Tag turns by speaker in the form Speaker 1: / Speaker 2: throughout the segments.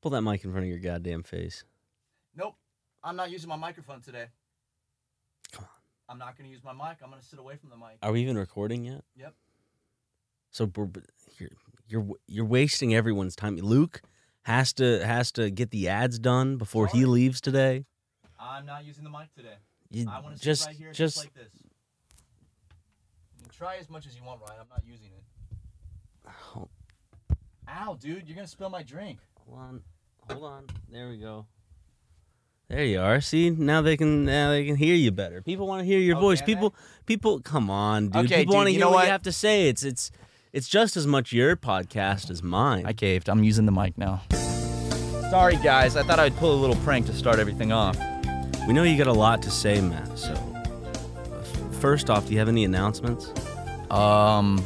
Speaker 1: Pull that mic in front of your goddamn face.
Speaker 2: Nope. I'm not using my microphone today.
Speaker 1: Come on.
Speaker 2: I'm not going to use my mic. I'm going to sit away from the mic.
Speaker 1: Are we even recording yet?
Speaker 2: Yep.
Speaker 1: So we're- you're you're you're wasting everyone's time. Luke has to has to get the ads done before he
Speaker 2: Sorry.
Speaker 1: leaves today.
Speaker 2: I'm not using the mic today.
Speaker 1: You
Speaker 2: I want to
Speaker 1: just
Speaker 2: sit right here just,
Speaker 1: just
Speaker 2: like this. You try as much as you want, Ryan. I'm not using it.
Speaker 1: hold
Speaker 2: Ow, dude. You're going to spill my drink.
Speaker 1: on, hold on. There we go. There you are. See now they can now they can hear you better. People want to hear your
Speaker 2: Oh,
Speaker 1: voice.
Speaker 2: can
Speaker 1: People people come on, dude.
Speaker 2: Okay,
Speaker 1: people want to
Speaker 2: dude, you
Speaker 1: hear
Speaker 2: know
Speaker 1: what
Speaker 2: what?
Speaker 1: you have to say. It's it's it's just as much your podcast as mine.
Speaker 2: I caved. I'm using the mic now. Sorry, guys. I thought I'd pull a little prank to start everything off.
Speaker 1: We know you got a lot to say, Matt. So, f- first off, do you have any announcements?
Speaker 2: Um.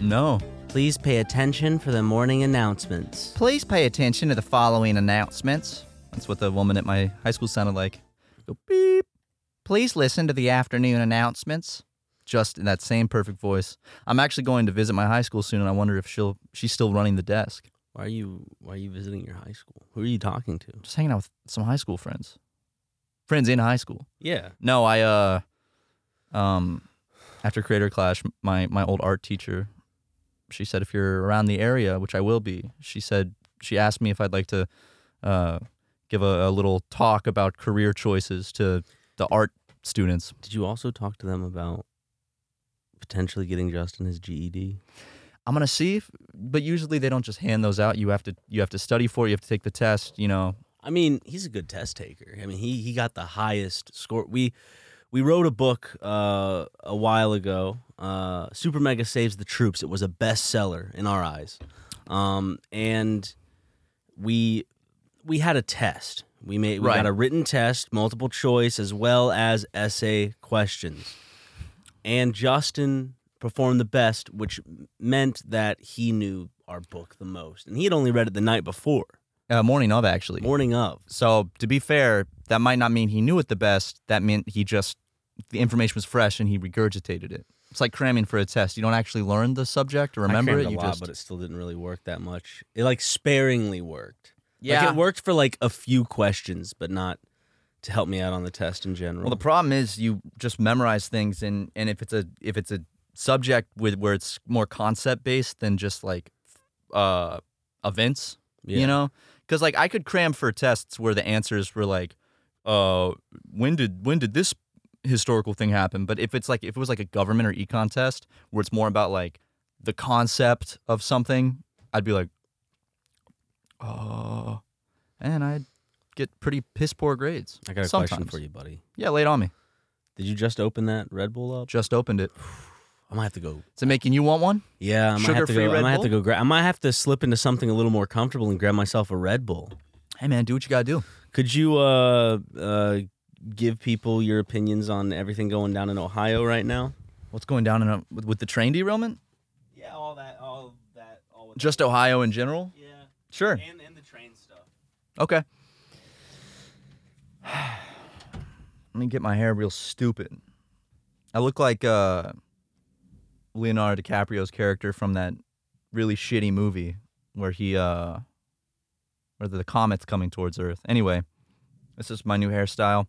Speaker 2: No.
Speaker 1: Please pay attention for the morning announcements.
Speaker 2: Please pay attention to the following announcements. That's what the woman at my high school sounded like. Go beep. Please listen to the afternoon announcements. Just in that same perfect voice. I'm actually going to visit my high school soon, and I wonder if she'll she's still running the desk.
Speaker 1: Why are you Why are you visiting your high school? Who are you talking to?
Speaker 2: Just hanging out with some high school friends, friends in high school.
Speaker 1: Yeah.
Speaker 2: No, I uh, um, after Creator Clash, my my old art teacher, she said if you're around the area, which I will be, she said she asked me if I'd like to, uh, give a, a little talk about career choices to the art students.
Speaker 1: Did you also talk to them about potentially getting Justin his E GED?
Speaker 2: I'm gonna see, if, but usually they don't just hand those out. You have to you have to study for it. You have to take the test. You know,
Speaker 1: I mean, he's a good test taker. I mean, he he got the highest score. We we wrote a book uh, a while ago. Uh, Super Mega Saves the Troops. It was a bestseller in our eyes, um, and we we had a test. We made we
Speaker 2: Right.
Speaker 1: got a written test, multiple choice, as well as essay questions. And Justin performed the best, which meant that he knew our book the most, and he had only read it the night before,
Speaker 2: uh, morning of actually.
Speaker 1: morning of.
Speaker 2: So to be fair, that might not mean he knew it the best. That meant he just the information was fresh and he regurgitated it. It's like cramming for a test. You don't actually learn the subject or
Speaker 1: I
Speaker 2: remember
Speaker 1: crammed
Speaker 2: it.
Speaker 1: a
Speaker 2: You
Speaker 1: lot,
Speaker 2: just
Speaker 1: but it still didn't really work that much. It like sparingly worked.
Speaker 2: yeah.
Speaker 1: like, it worked for like a few questions, but not to help me out on the test in general.
Speaker 2: well, the problem is you just memorize things, and and if it's a if it's a subject with where it's more concept based than just like uh events,
Speaker 1: Yeah.
Speaker 2: you know, because like I could cram for tests where the answers were like, uh, when did when did this historical thing happen? But if it's like if it was like a government or econ test where it's more about like the concept of something, I'd be like, oh, and I'd get pretty piss poor grades.
Speaker 1: I got a question
Speaker 2: sometimes.
Speaker 1: for you, buddy.
Speaker 2: Yeah, lay it on me.
Speaker 1: Did you just open that Red Bull up?
Speaker 2: Just opened it.
Speaker 1: I might have to go.
Speaker 2: Is it making you want one?
Speaker 1: Yeah, I might have to
Speaker 2: Sugar-free
Speaker 1: go. I
Speaker 2: Red
Speaker 1: might have to
Speaker 2: Bull?
Speaker 1: go. Gra- I might have to slip into something a little more comfortable and grab myself a Red Bull.
Speaker 2: Hey man, do what you gotta do.
Speaker 1: Could you uh, uh, give people your opinions on everything going down in Ohio right now?
Speaker 2: What's going down in uh, with, with the train derailment?
Speaker 1: Yeah, all that, all that, all
Speaker 2: Just Ohio in general?
Speaker 1: yeah,
Speaker 2: Sure.
Speaker 1: and and the train stuff.
Speaker 2: Okay. Let me get my hair real stupid. I look like uh, Leonardo DiCaprio's character from that really shitty movie where he, uh, where the comet's coming towards Earth. Anyway, this is my new hairstyle.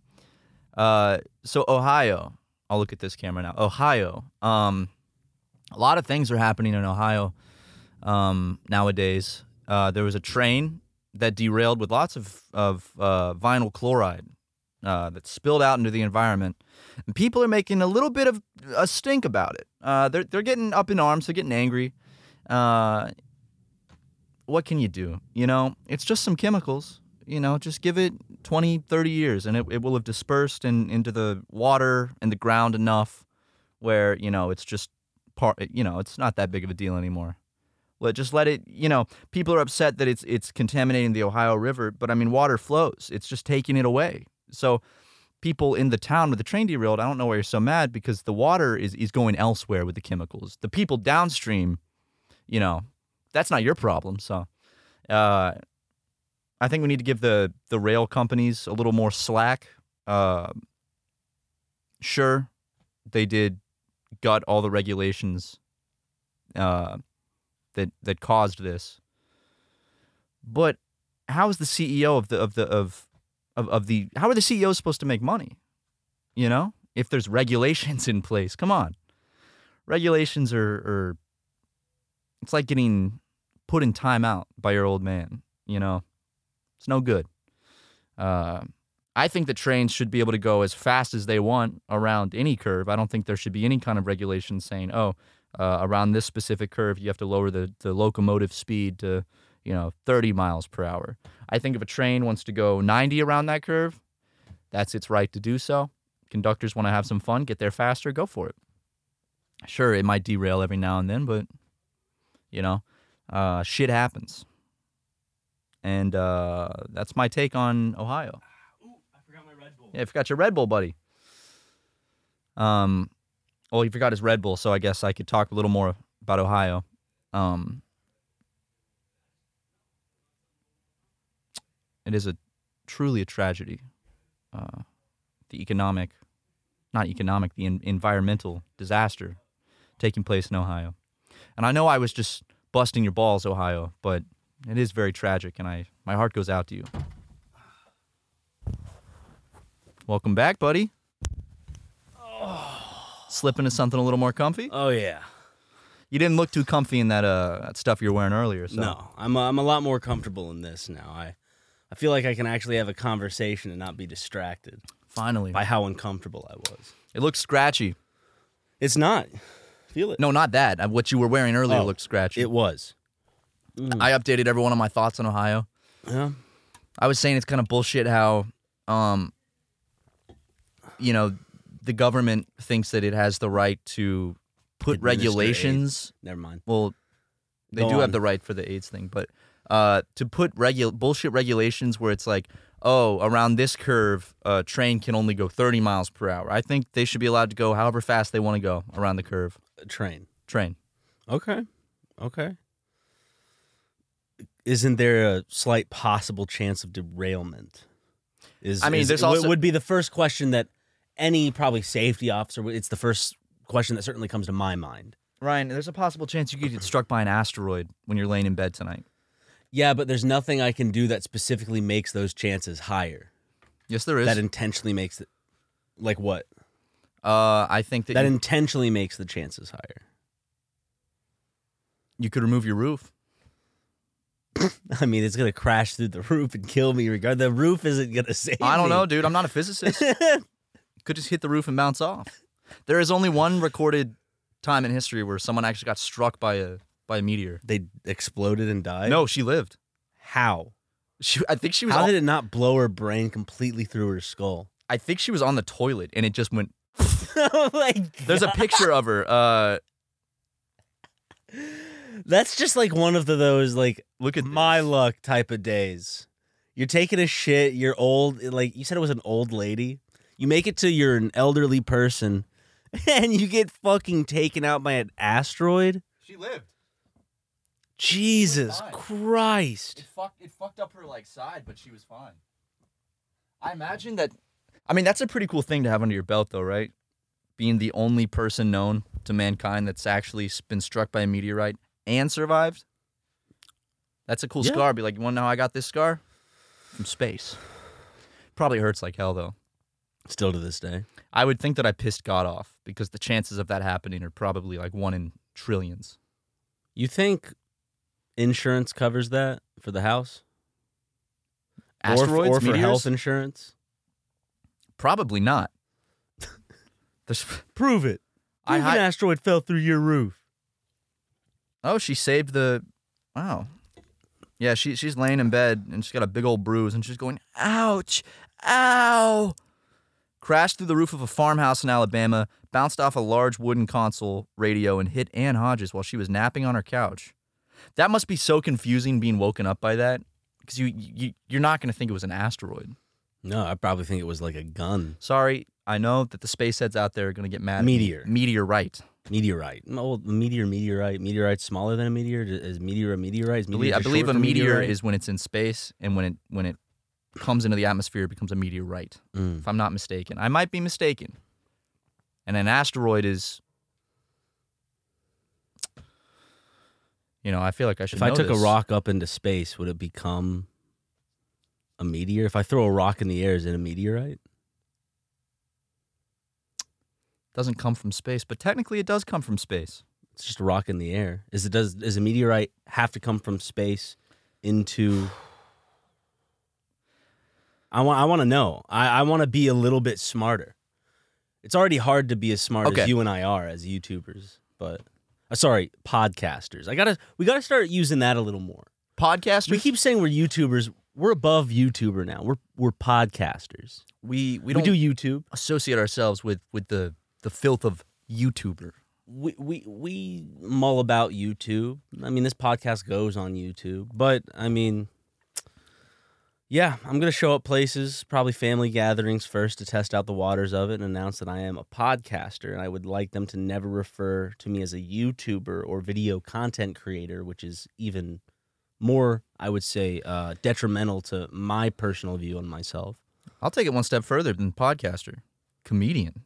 Speaker 2: Uh, so Ohio, I'll look at this camera now. Ohio, um, a lot of things are happening in Ohio um, nowadays. Uh, there was a train that derailed with lots of, of uh, vinyl chloride uh, that spilled out into the environment. And people are making a little bit of a stink about it. Uh, they're, they're getting up in arms, they're getting angry. Uh, what can you do? You know, it's just some chemicals. You know, just give it 20, 30 years and it, it will have dispersed in, into the water and the ground enough where, you know, it's just part, you know, it's not that big of a deal anymore. Let just let it. You know, people are upset that it's it's contaminating the Ohio River, but I mean, water flows. It's just taking it away. So, people in the town with the train derailed, I don't know why you're so mad because the water is is going elsewhere with the chemicals. The people downstream, you know, that's not your problem. So, uh, I think we need to give the the rail companies a little more slack. Uh, sure, they did gut all the regulations. Uh, that that caused this. But how is the CEO of the of the of of, of the how are the CEOs supposed to make money? You know, if there's regulations in place, come on. Regulations are, are it's like getting put in timeout by your old man. You know, it's no good. Uh, I think that trains should be able to go as fast as they want around any curve. I don't think there should be any kind of regulation saying, oh, uh, around this specific curve, you have to lower the, the locomotive speed to, you know, 30 miles per hour. I think if a train wants to go 90 around that curve, that's its right to do so. Conductors want to have some fun, get there faster, go for it. Sure, it might derail every now and then, but, you know, uh, shit happens. And uh, that's my take on Ohio.
Speaker 1: Ooh, I forgot my Red Bull.
Speaker 2: Yeah, I forgot your Red Bull, buddy. Um, well, he forgot his Red Bull, so I guess I could talk a little more about Ohio. Um, it is a truly a tragedy. Uh, the economic, not economic, the en- environmental disaster taking place in Ohio. And I know I was just busting your balls, Ohio, but it is very tragic, and I my heart goes out to you. Welcome back, buddy. Slip into something a little more comfy.
Speaker 1: Oh yeah.
Speaker 2: You didn't look too comfy in that uh that stuff you were wearing earlier. So.
Speaker 1: No, I'm a, I'm a lot more comfortable in this now. I I feel like I can actually have a conversation and not be distracted
Speaker 2: Finally,
Speaker 1: by how uncomfortable I was.
Speaker 2: it looks scratchy.
Speaker 1: It's not. Feel it.
Speaker 2: No, not that. Uh, What you were wearing earlier
Speaker 1: Oh,
Speaker 2: looked scratchy.
Speaker 1: It was.
Speaker 2: I updated everyone on my thoughts on Ohio.
Speaker 1: Yeah.
Speaker 2: I was saying it's kind of bullshit how, um, you know, the government thinks that it has the right to put
Speaker 1: Administer AIDS.
Speaker 2: regulations.
Speaker 1: Never mind.
Speaker 2: Well, they
Speaker 1: Go
Speaker 2: do
Speaker 1: on.
Speaker 2: have the right for the AIDS thing, but uh, to put regu- bullshit regulations where it's like, oh, around this curve, a train can only go 30 miles per hour. I think they should be allowed to go however fast they want to go around the curve.
Speaker 1: Train.
Speaker 2: Train.
Speaker 1: Okay. Okay. Isn't there a slight possible chance of derailment? Is
Speaker 2: I mean,
Speaker 1: is-
Speaker 2: there's
Speaker 1: w-
Speaker 2: also-
Speaker 1: would be the first question that any probably safety officer. would- It's the first question that certainly comes to my mind.
Speaker 2: Ryan, there's a possible chance you could get struck by an asteroid when you're laying in bed tonight.
Speaker 1: Yeah, but there's nothing I can do that specifically makes those chances higher.
Speaker 2: Yes, there is.
Speaker 1: That intentionally makes it like what?
Speaker 2: uh, I think that,
Speaker 1: That
Speaker 2: you,
Speaker 1: intentionally makes the chances higher.
Speaker 2: you could remove your roof.
Speaker 1: I mean, it's gonna crash through the roof and kill me. Regard the roof isn't gonna save.
Speaker 2: I don't
Speaker 1: me.
Speaker 2: know, dude. I'm not a physicist. could just hit the roof and bounce off. There is only one recorded time in history where someone actually got struck by a by a meteor.
Speaker 1: They exploded and died.
Speaker 2: No, she lived.
Speaker 1: how?
Speaker 2: She, I think she was.
Speaker 1: How
Speaker 2: on,
Speaker 1: did it not blow her brain completely through her skull?
Speaker 2: I think she was on the toilet, and it just went.
Speaker 1: oh my God.
Speaker 2: There's a picture of her. Uh,
Speaker 1: That's just like one of the those like
Speaker 2: look at
Speaker 1: my
Speaker 2: this.
Speaker 1: luck type of days. You're taking a shit. You're old. Like you said, it was an old lady. You make it to you're an elderly person, and you get fucking taken out by an asteroid.
Speaker 2: She lived.
Speaker 1: Jesus
Speaker 2: fine.
Speaker 1: Christ!
Speaker 2: fucked. It fucked up her like side, but she was fine. I imagine that. I mean, that's a pretty cool thing to have under your belt, though, right? Being the only person known to mankind that's actually s- been struck by a meteorite and survived. That's a cool
Speaker 1: Yeah.
Speaker 2: scar. Be like, you want to know how I got this scar? From space. Probably hurts like hell, though.
Speaker 1: Still to this day.
Speaker 2: I would think that I pissed God off because the chances of that happening are probably like one in trillions.
Speaker 1: You think insurance covers that for the house? Or f-
Speaker 2: Asteroids,
Speaker 1: or, for
Speaker 2: meteors?
Speaker 1: health insurance?
Speaker 2: probably not. There's,
Speaker 1: Prove it.
Speaker 2: I, hi-
Speaker 1: asteroid fell through your roof.
Speaker 2: Oh, she saved the. Wow. Yeah, she she's laying in bed and she's got a big old bruise and she's going, ouch, ow. Crashed through the roof of a farmhouse in Alabama, bounced off a large wooden console radio, and hit Ann Hodges while she was napping on her couch. That must be so confusing being woken up by that because you, you you're not going to think it was an asteroid.
Speaker 1: No, I probably think it was like a gun.
Speaker 2: Sorry, I know that the spaceheads out there are going to get mad. at me.
Speaker 1: Meteor.
Speaker 2: meteorite.
Speaker 1: Meteorite. Oh, meteor, meteorite. Meteorite's smaller than a meteor. Is meteor a meteorite? Is
Speaker 2: I
Speaker 1: meteor
Speaker 2: believe, I
Speaker 1: just
Speaker 2: believe a
Speaker 1: short for
Speaker 2: meteor
Speaker 1: meteorite?
Speaker 2: is when it's in space and when it when it comes into the atmosphere it becomes a meteorite
Speaker 1: Mm.
Speaker 2: if i'm not mistaken i might be mistaken and an asteroid is You know, I feel like I should.
Speaker 1: If I
Speaker 2: know
Speaker 1: took
Speaker 2: this.
Speaker 1: a rock up into space, would it become a meteor? If I throw a rock in the air, is it a meteorite?
Speaker 2: doesn't come from space, but technically it does come from space.
Speaker 1: It's just a rock in the air. Is it does does a meteorite have to come from space into? I want I want to know. I, I want to be a little bit smarter. It's already hard to be as smart
Speaker 2: Okay.
Speaker 1: as you and I are as YouTubers, but uh, sorry, podcasters. I gotta we gotta start using that a little more.
Speaker 2: Podcasters,
Speaker 1: We keep saying we're YouTubers. We're above YouTuber now. We're we're podcasters.
Speaker 2: we
Speaker 1: We,
Speaker 2: we don't
Speaker 1: do YouTube.
Speaker 2: associate ourselves with with the the filth of YouTuber.
Speaker 1: we we we mull about YouTube. I mean, this podcast goes on YouTube, but I mean, yeah, I'm gonna show up places, probably family gatherings first, to test out the waters of it, and announce that I am a podcaster, and I would like them to never refer to me as a YouTuber or video content creator, which is even more, I would say, uh, detrimental to my personal view on myself.
Speaker 2: I'll take it one step further than podcaster, comedian,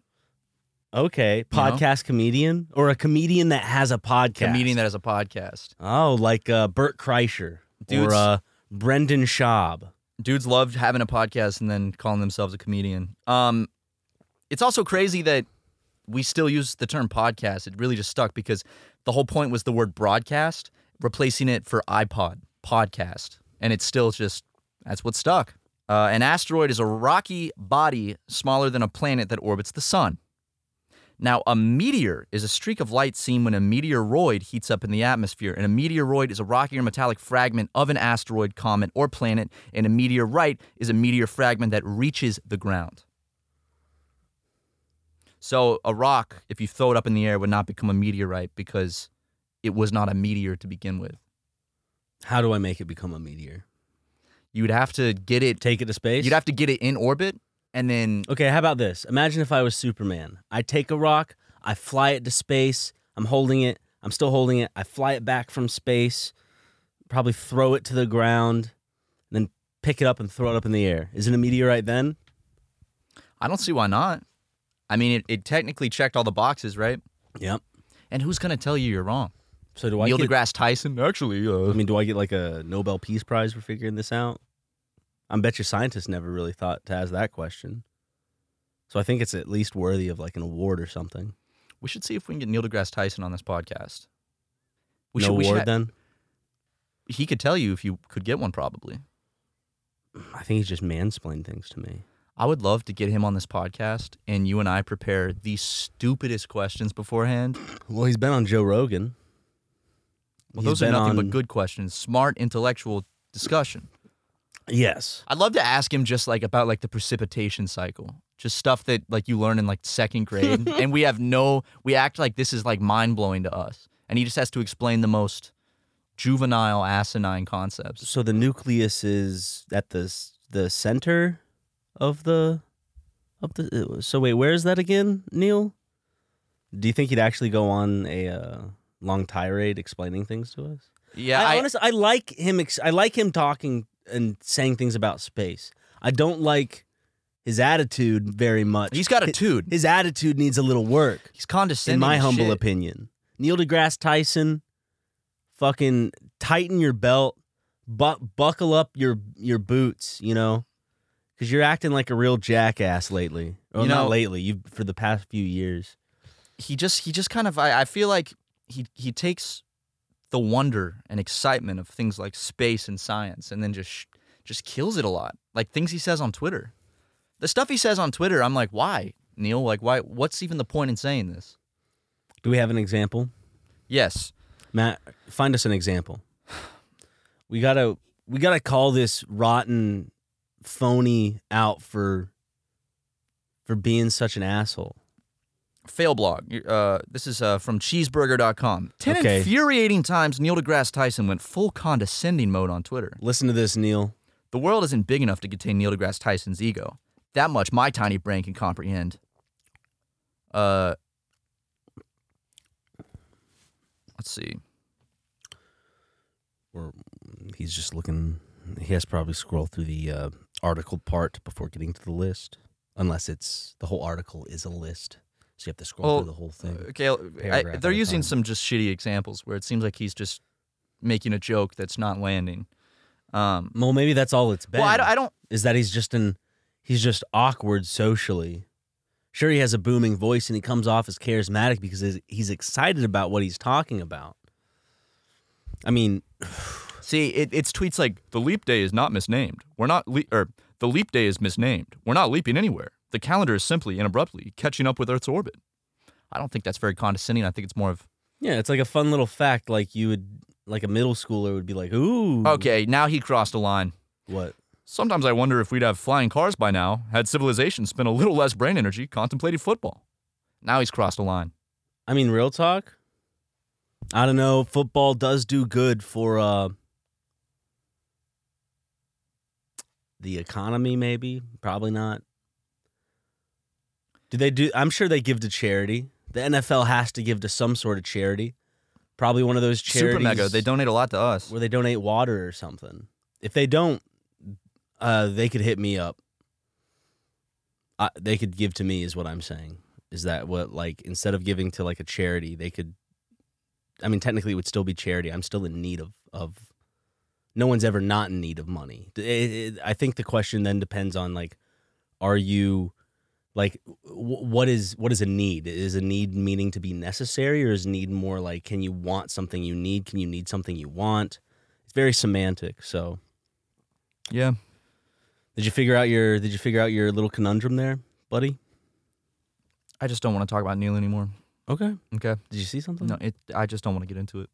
Speaker 1: Okay,
Speaker 2: You know?
Speaker 1: podcast comedian or a comedian that has a podcast.
Speaker 2: comedian that has a podcast.
Speaker 1: Oh, like uh, Burt Kreischer
Speaker 2: Dudes-
Speaker 1: or uh, Brendan Schaub.
Speaker 2: Dudes love having a podcast and then calling themselves a comedian. Um, it's also crazy that we still use the term podcast. It really just stuck because the whole point was the word broadcast, replacing it for iPod podcast, and it's still just that's what stuck. Uh, an asteroid is a rocky body smaller than a planet that orbits the sun. Now, a meteor is a streak of light seen when a meteoroid heats up in the atmosphere, and a meteoroid is a rocky or metallic fragment of an asteroid, comet, or planet, and a meteorite is a meteor fragment that reaches the ground. So, a rock, if you throw it up in the air, would not become a meteorite because it was not a meteor to begin with.
Speaker 1: How do I make it become a meteor?
Speaker 2: You would have to get it.
Speaker 1: Take it to space?
Speaker 2: You'd have to get it in orbit, and then
Speaker 1: okay, how about this? Imagine if I was Superman. I take a rock, I fly it to space, I'm holding it, I'm still holding it, I fly it back from space, probably throw it to the ground, then pick it up and throw it up in the air. Is it a meteorite then?
Speaker 2: I don't see why not. I mean, it, it technically checked all the boxes, right?
Speaker 1: Yep.
Speaker 2: And who's going to tell you you're wrong?
Speaker 1: So do I
Speaker 2: Neil
Speaker 1: get,
Speaker 2: deGrasse Tyson, actually.
Speaker 1: I
Speaker 2: Uh,
Speaker 1: mean, do I get like a Nobel Peace Prize for figuring this out? I bet your scientists never really thought to ask that question. So I think it's at least worthy of like an award or something.
Speaker 2: we should see if we can get Neil deGrasse Tyson on this podcast.
Speaker 1: no award
Speaker 2: ha-
Speaker 1: then?
Speaker 2: He could tell you if you could get one, probably.
Speaker 1: I think he's just mansplained things to me.
Speaker 2: I would love to get him on this podcast and you and I prepare the stupidest questions beforehand.
Speaker 1: Well, he's been on Joe Rogan.
Speaker 2: Well,
Speaker 1: He's
Speaker 2: those are
Speaker 1: been
Speaker 2: nothing
Speaker 1: on-
Speaker 2: but good questions, smart, intellectual discussion.
Speaker 1: Yes.
Speaker 2: I'd love to ask him just like about like the precipitation cycle, just stuff that like you learn in like second grade, and we have no, we act like this is like mind blowing to us, and he just has to explain the most juvenile, asinine concepts.
Speaker 1: So the nucleus is at the s- the center of the of the. uh, So wait, where is that again, Neil? Do you think he'd actually go on a uh, long tirade explaining things to us?
Speaker 2: Yeah,
Speaker 1: I,
Speaker 2: I,
Speaker 1: honestly I like him. Ex- I like him talking and saying things about space. I don't like his attitude very much.
Speaker 2: he's got a
Speaker 1: His-
Speaker 2: dude.
Speaker 1: His attitude needs a little work,
Speaker 2: He's condescending.
Speaker 1: in my
Speaker 2: as
Speaker 1: humble
Speaker 2: shit.
Speaker 1: opinion. Neil deGrasse Tyson, fucking tighten your belt, bu- buckle up your your boots, you know, because you're acting like a real jackass lately. Well,
Speaker 2: You know-
Speaker 1: not lately. You for the past few years.
Speaker 2: He just, he just kind of, I, I feel like he he takes the wonder and excitement of things like space and science, and then just sh- just kills it a lot. Like things he says on Twitter, the stuff he says on Twitter, I'm like, why, Neil? Like, why? What's even the point in saying this?
Speaker 1: Do we have an example?
Speaker 2: Yes,
Speaker 1: Matt, find us an example. We gotta we gotta call this rotten phony out for for being such an asshole.
Speaker 2: fail blog. Uh, this is uh, from cheeseburger.com. Ten
Speaker 1: Okay.
Speaker 2: infuriating times Neil deGrasse Tyson went full condescending mode on Twitter.
Speaker 1: Listen to this, Neil.
Speaker 2: The world isn't big enough to contain Neil deGrasse Tyson's ego. That much my tiny brain can comprehend. Uh, let's see.
Speaker 1: Or he's just looking. He has to probably scroll through the uh, article part before getting to the list, unless it's the whole article is a list. So you have to scroll
Speaker 2: Well, uh,
Speaker 1: through the whole thing.
Speaker 2: Okay, I-
Speaker 1: Paragraph at
Speaker 2: they're
Speaker 1: a
Speaker 2: using
Speaker 1: time.
Speaker 2: some just shitty examples where it seems like he's just making a joke that's not landing. Um,
Speaker 1: Well, maybe that's all it's been.
Speaker 2: well, I, don't- I don't.
Speaker 1: is that he's just an he's just awkward socially. Sure, he has a booming voice and he comes off as charismatic because he's, he's excited about what he's talking about. I mean,
Speaker 2: See, it, it's tweets like the leap day is not misnamed. We're not le- or the leap day is misnamed. We're not leaping anywhere. The calendar is simply and abruptly catching up with Earth's orbit. I don't think that's very condescending. I think it's more of
Speaker 1: yeah, it's like a fun little fact. Like you would, like a middle schooler would be like, "Ooh,
Speaker 2: okay. Now he crossed a line.
Speaker 1: what?"
Speaker 2: Sometimes I wonder if we'd have flying cars by now had civilization spent a little less brain energy contemplating football. Now he's crossed a line.
Speaker 1: I mean, real talk. I don't know. Football does do good for uh, the economy, maybe. Probably not. Do they do? I'm sure they give to charity. The NFL has to give to some sort of charity. Probably one of those charities.
Speaker 2: Super mega. They donate a lot to us.
Speaker 1: where they donate water or something. If they don't, uh, they could hit me up. I, they could give to me, is what I'm saying. Is that what like instead of giving to like a charity, they could? I mean, technically, it would still be charity. I'm still in need of of. No one's ever not in need of money. It- it- I think the question then depends on like, are you, like, w- what is what is a need? Is a need meaning to be necessary, or is need more like can you want something you need? Can you need something you want? It's very semantic. So,
Speaker 2: Yeah.
Speaker 1: did you figure out your did you figure out your little conundrum there, buddy?
Speaker 2: I just don't want to talk about Neil anymore.
Speaker 1: Okay.
Speaker 2: Okay.
Speaker 1: Did you see something?
Speaker 2: No, it. I just don't want to get into it.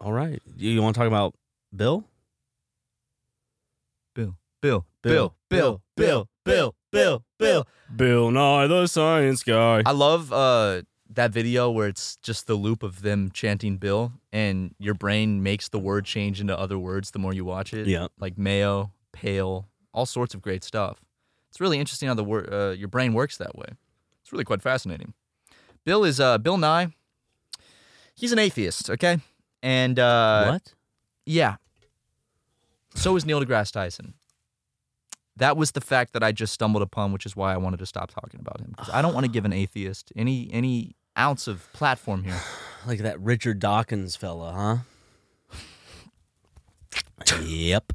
Speaker 1: All right. You, you want to talk about Bill?
Speaker 2: Bill. Bill.
Speaker 1: Bill, Bill, Bill, Bill, Bill, Bill Nye the Science Guy.
Speaker 2: I love uh, that video where it's just the loop of them chanting Bill, and your brain makes the word change into other words the more you watch it.
Speaker 1: Yeah.
Speaker 2: Like mayo, pale, all sorts of great stuff. It's really interesting how the wor- uh, your brain works that way. It's really quite fascinating. Bill is uh, Bill Nye. He's an atheist, okay? And uh,
Speaker 1: what?
Speaker 2: yeah. So is Neil deGrasse Tyson. That was the fact that I just stumbled upon, which is why I wanted to stop talking about him. 'Cause I don't want to give an atheist any any ounce of platform here.
Speaker 1: Like that Richard Dawkins fella, huh? yep.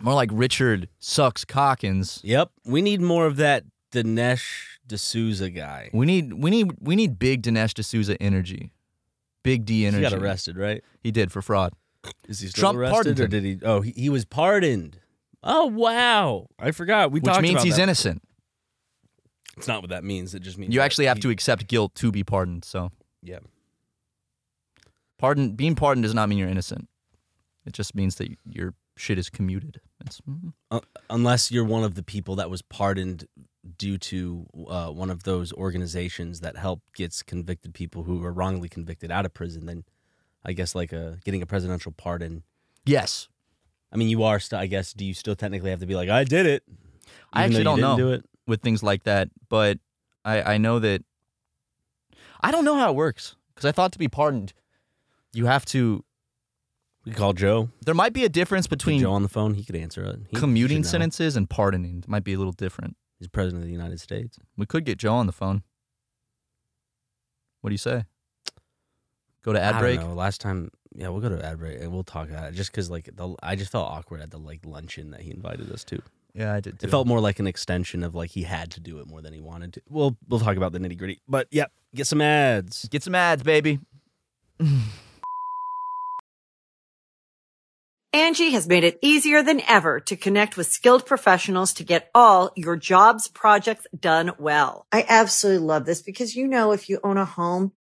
Speaker 2: More like Richard sucks Cockins.
Speaker 1: Yep. We need more of that Dinesh D'Souza guy.
Speaker 2: We need we need we need big Dinesh D'Souza energy, big D
Speaker 1: He
Speaker 2: energy.
Speaker 1: got arrested, right?
Speaker 2: He did for fraud.
Speaker 1: Is he still
Speaker 2: Trump
Speaker 1: arrested
Speaker 2: pardoned
Speaker 1: or
Speaker 2: him.
Speaker 1: did he? Oh, he, he was pardoned. Oh wow, I forgot. We
Speaker 2: Which
Speaker 1: talked
Speaker 2: means
Speaker 1: about
Speaker 2: he's
Speaker 1: that.
Speaker 2: innocent.
Speaker 1: It's not what that means. It just means
Speaker 2: You
Speaker 1: that
Speaker 2: actually have
Speaker 1: he-
Speaker 2: to accept guilt to be pardoned. So
Speaker 1: Yeah.
Speaker 2: pardon being pardoned does not mean you're innocent. It just means that your shit is commuted. It's, mm-hmm.
Speaker 1: Uh, unless you're one of the people that was pardoned due to uh, one of those organizations that help gets convicted people who were wrongly convicted out of prison, then I guess like a getting a presidential pardon.
Speaker 2: yes,
Speaker 1: I mean, you are. St- I guess. Do you still technically have to be like, I did it?
Speaker 2: I
Speaker 1: even though
Speaker 2: actually
Speaker 1: you
Speaker 2: don't
Speaker 1: didn't
Speaker 2: know.
Speaker 1: Do it.
Speaker 2: with things like that, but I, I know that I don't know how it works because I thought to be pardoned, you have to.
Speaker 1: We call Joe.
Speaker 2: There might be a difference
Speaker 1: Between
Speaker 2: between
Speaker 1: Joe on the phone, he could answer it. He- he should
Speaker 2: commuting
Speaker 1: know.
Speaker 2: sentences and pardoning. It might be a little different.
Speaker 1: He's president of the United States.
Speaker 2: We could get Joe on the phone. What do you say? Go to ad
Speaker 1: I
Speaker 2: break.
Speaker 1: Don't know. Last time, yeah, we'll go to ad break and we'll talk about it. Just because, like, the, I just felt awkward at the like luncheon that he invited us to.
Speaker 2: Yeah, I did.
Speaker 1: It felt more like an extension of like he had to do it more than he wanted to. We'll we'll talk about the nitty gritty, but yeah, get some ads.
Speaker 2: get some ads, baby.
Speaker 3: Angie has made it easier than ever to connect with skilled professionals to get all your jobs projects done well.
Speaker 4: I absolutely love this because, you know, if you own a home,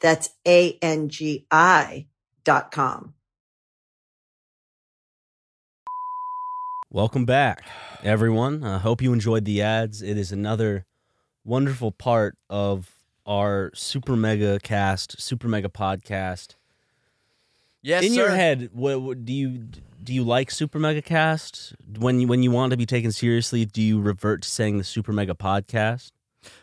Speaker 4: That's A-N-G-I dot com.
Speaker 1: Welcome back, everyone. I hope you enjoyed the ads. It is another wonderful part of our super mega cast, super mega podcast.
Speaker 2: Yes,
Speaker 1: In your head, what, what do you do? You like super mega cast when you when you want to be taken seriously? Do you revert to saying the super mega podcast?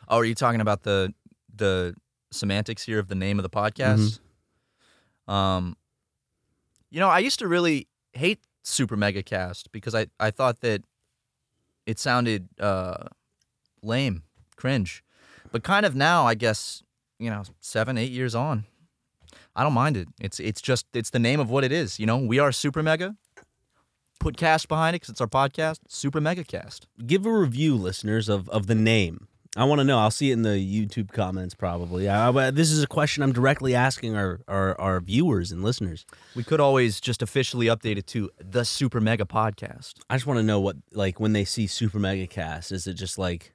Speaker 2: Oh, are you talking about the the semantics here of the name of the podcast? Um, you know, I used to really hate Super Mega Cast because I I thought that it sounded uh, lame, cringe, but kind of now I guess you know seven eight years on, I don't mind it. It's it's just it's the name of what it is. You know, we are Super Mega. Put cast behind it because it's our podcast, Super Mega Cast.
Speaker 1: Give a review, listeners, of of the name. I want to know. I'll see it in the YouTube comments probably. I, I- this is a question I'm directly asking our, our our viewers and listeners.
Speaker 2: We could always just officially update it to the Super Mega Podcast.
Speaker 1: I just want to know what like when they see Super Mega Cast, is it just like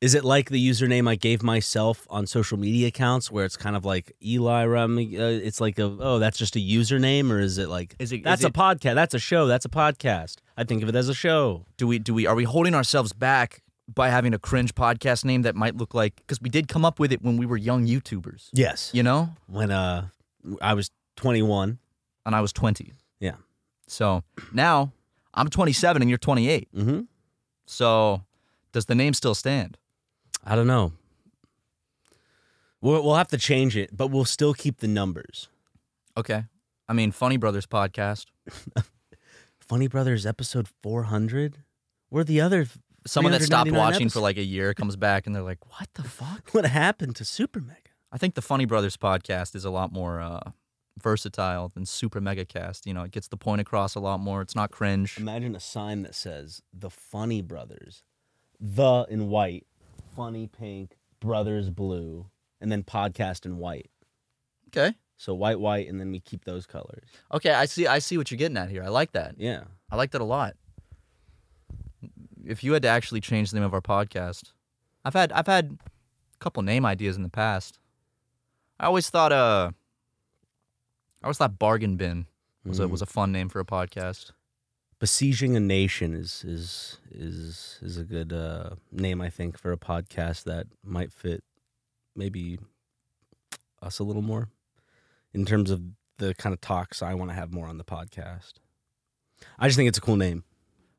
Speaker 1: is it like the username I gave myself on social media accounts where it's kind of like Eli Ram uh, it's like a oh that's just a username or is it like
Speaker 2: Is it-
Speaker 1: that's
Speaker 2: is
Speaker 1: a
Speaker 2: it-
Speaker 1: podcast that's a show that's a podcast I think of it as a show
Speaker 2: Do we do we are we holding ourselves back by having a cringe podcast name that might look like because we did come up with it when we were young YouTubers,
Speaker 1: yes
Speaker 2: you know,
Speaker 1: when uh I was 21
Speaker 2: and I was twenty.
Speaker 1: Yeah.
Speaker 2: So now I'm 27 and you're 28.
Speaker 1: mm-hmm.
Speaker 2: So does the name still stand?
Speaker 1: I don't know we'll, we'll have to change it but we'll still keep the numbers
Speaker 2: Okay. I mean, Funny Brothers podcast.
Speaker 1: Funny Brothers episode 400 we're the other
Speaker 2: Someone that stopped
Speaker 1: 399
Speaker 2: watching for
Speaker 1: episodes.
Speaker 2: like a year comes back and they're like, "What the fuck?"
Speaker 1: what happened to Super Mega?
Speaker 2: I think the Funny Brothers podcast is a lot more uh, versatile than Super Mega Cast. You know, it gets the point across a lot more. It's not cringe.
Speaker 1: Imagine a sign that says "The Funny Brothers," the in white, funny pink, brothers blue, and then podcast in white.
Speaker 2: Okay.
Speaker 1: So white, white, and then we keep those colors.
Speaker 2: Okay, I see. I see what you're getting at here. I like that.
Speaker 1: Yeah,
Speaker 2: I like that a lot. If you had to actually change the name of our podcast, I've had I've had a couple name ideas in the past. I always thought uh, I always thought bargain bin was a,
Speaker 1: Mm.
Speaker 2: was a fun name for a podcast.
Speaker 1: besieging a nation is is is is a good uh, name, I think, for a podcast that might fit maybe us a little more in terms of the kind of talks I want to have more on the podcast. I just think it's a cool name.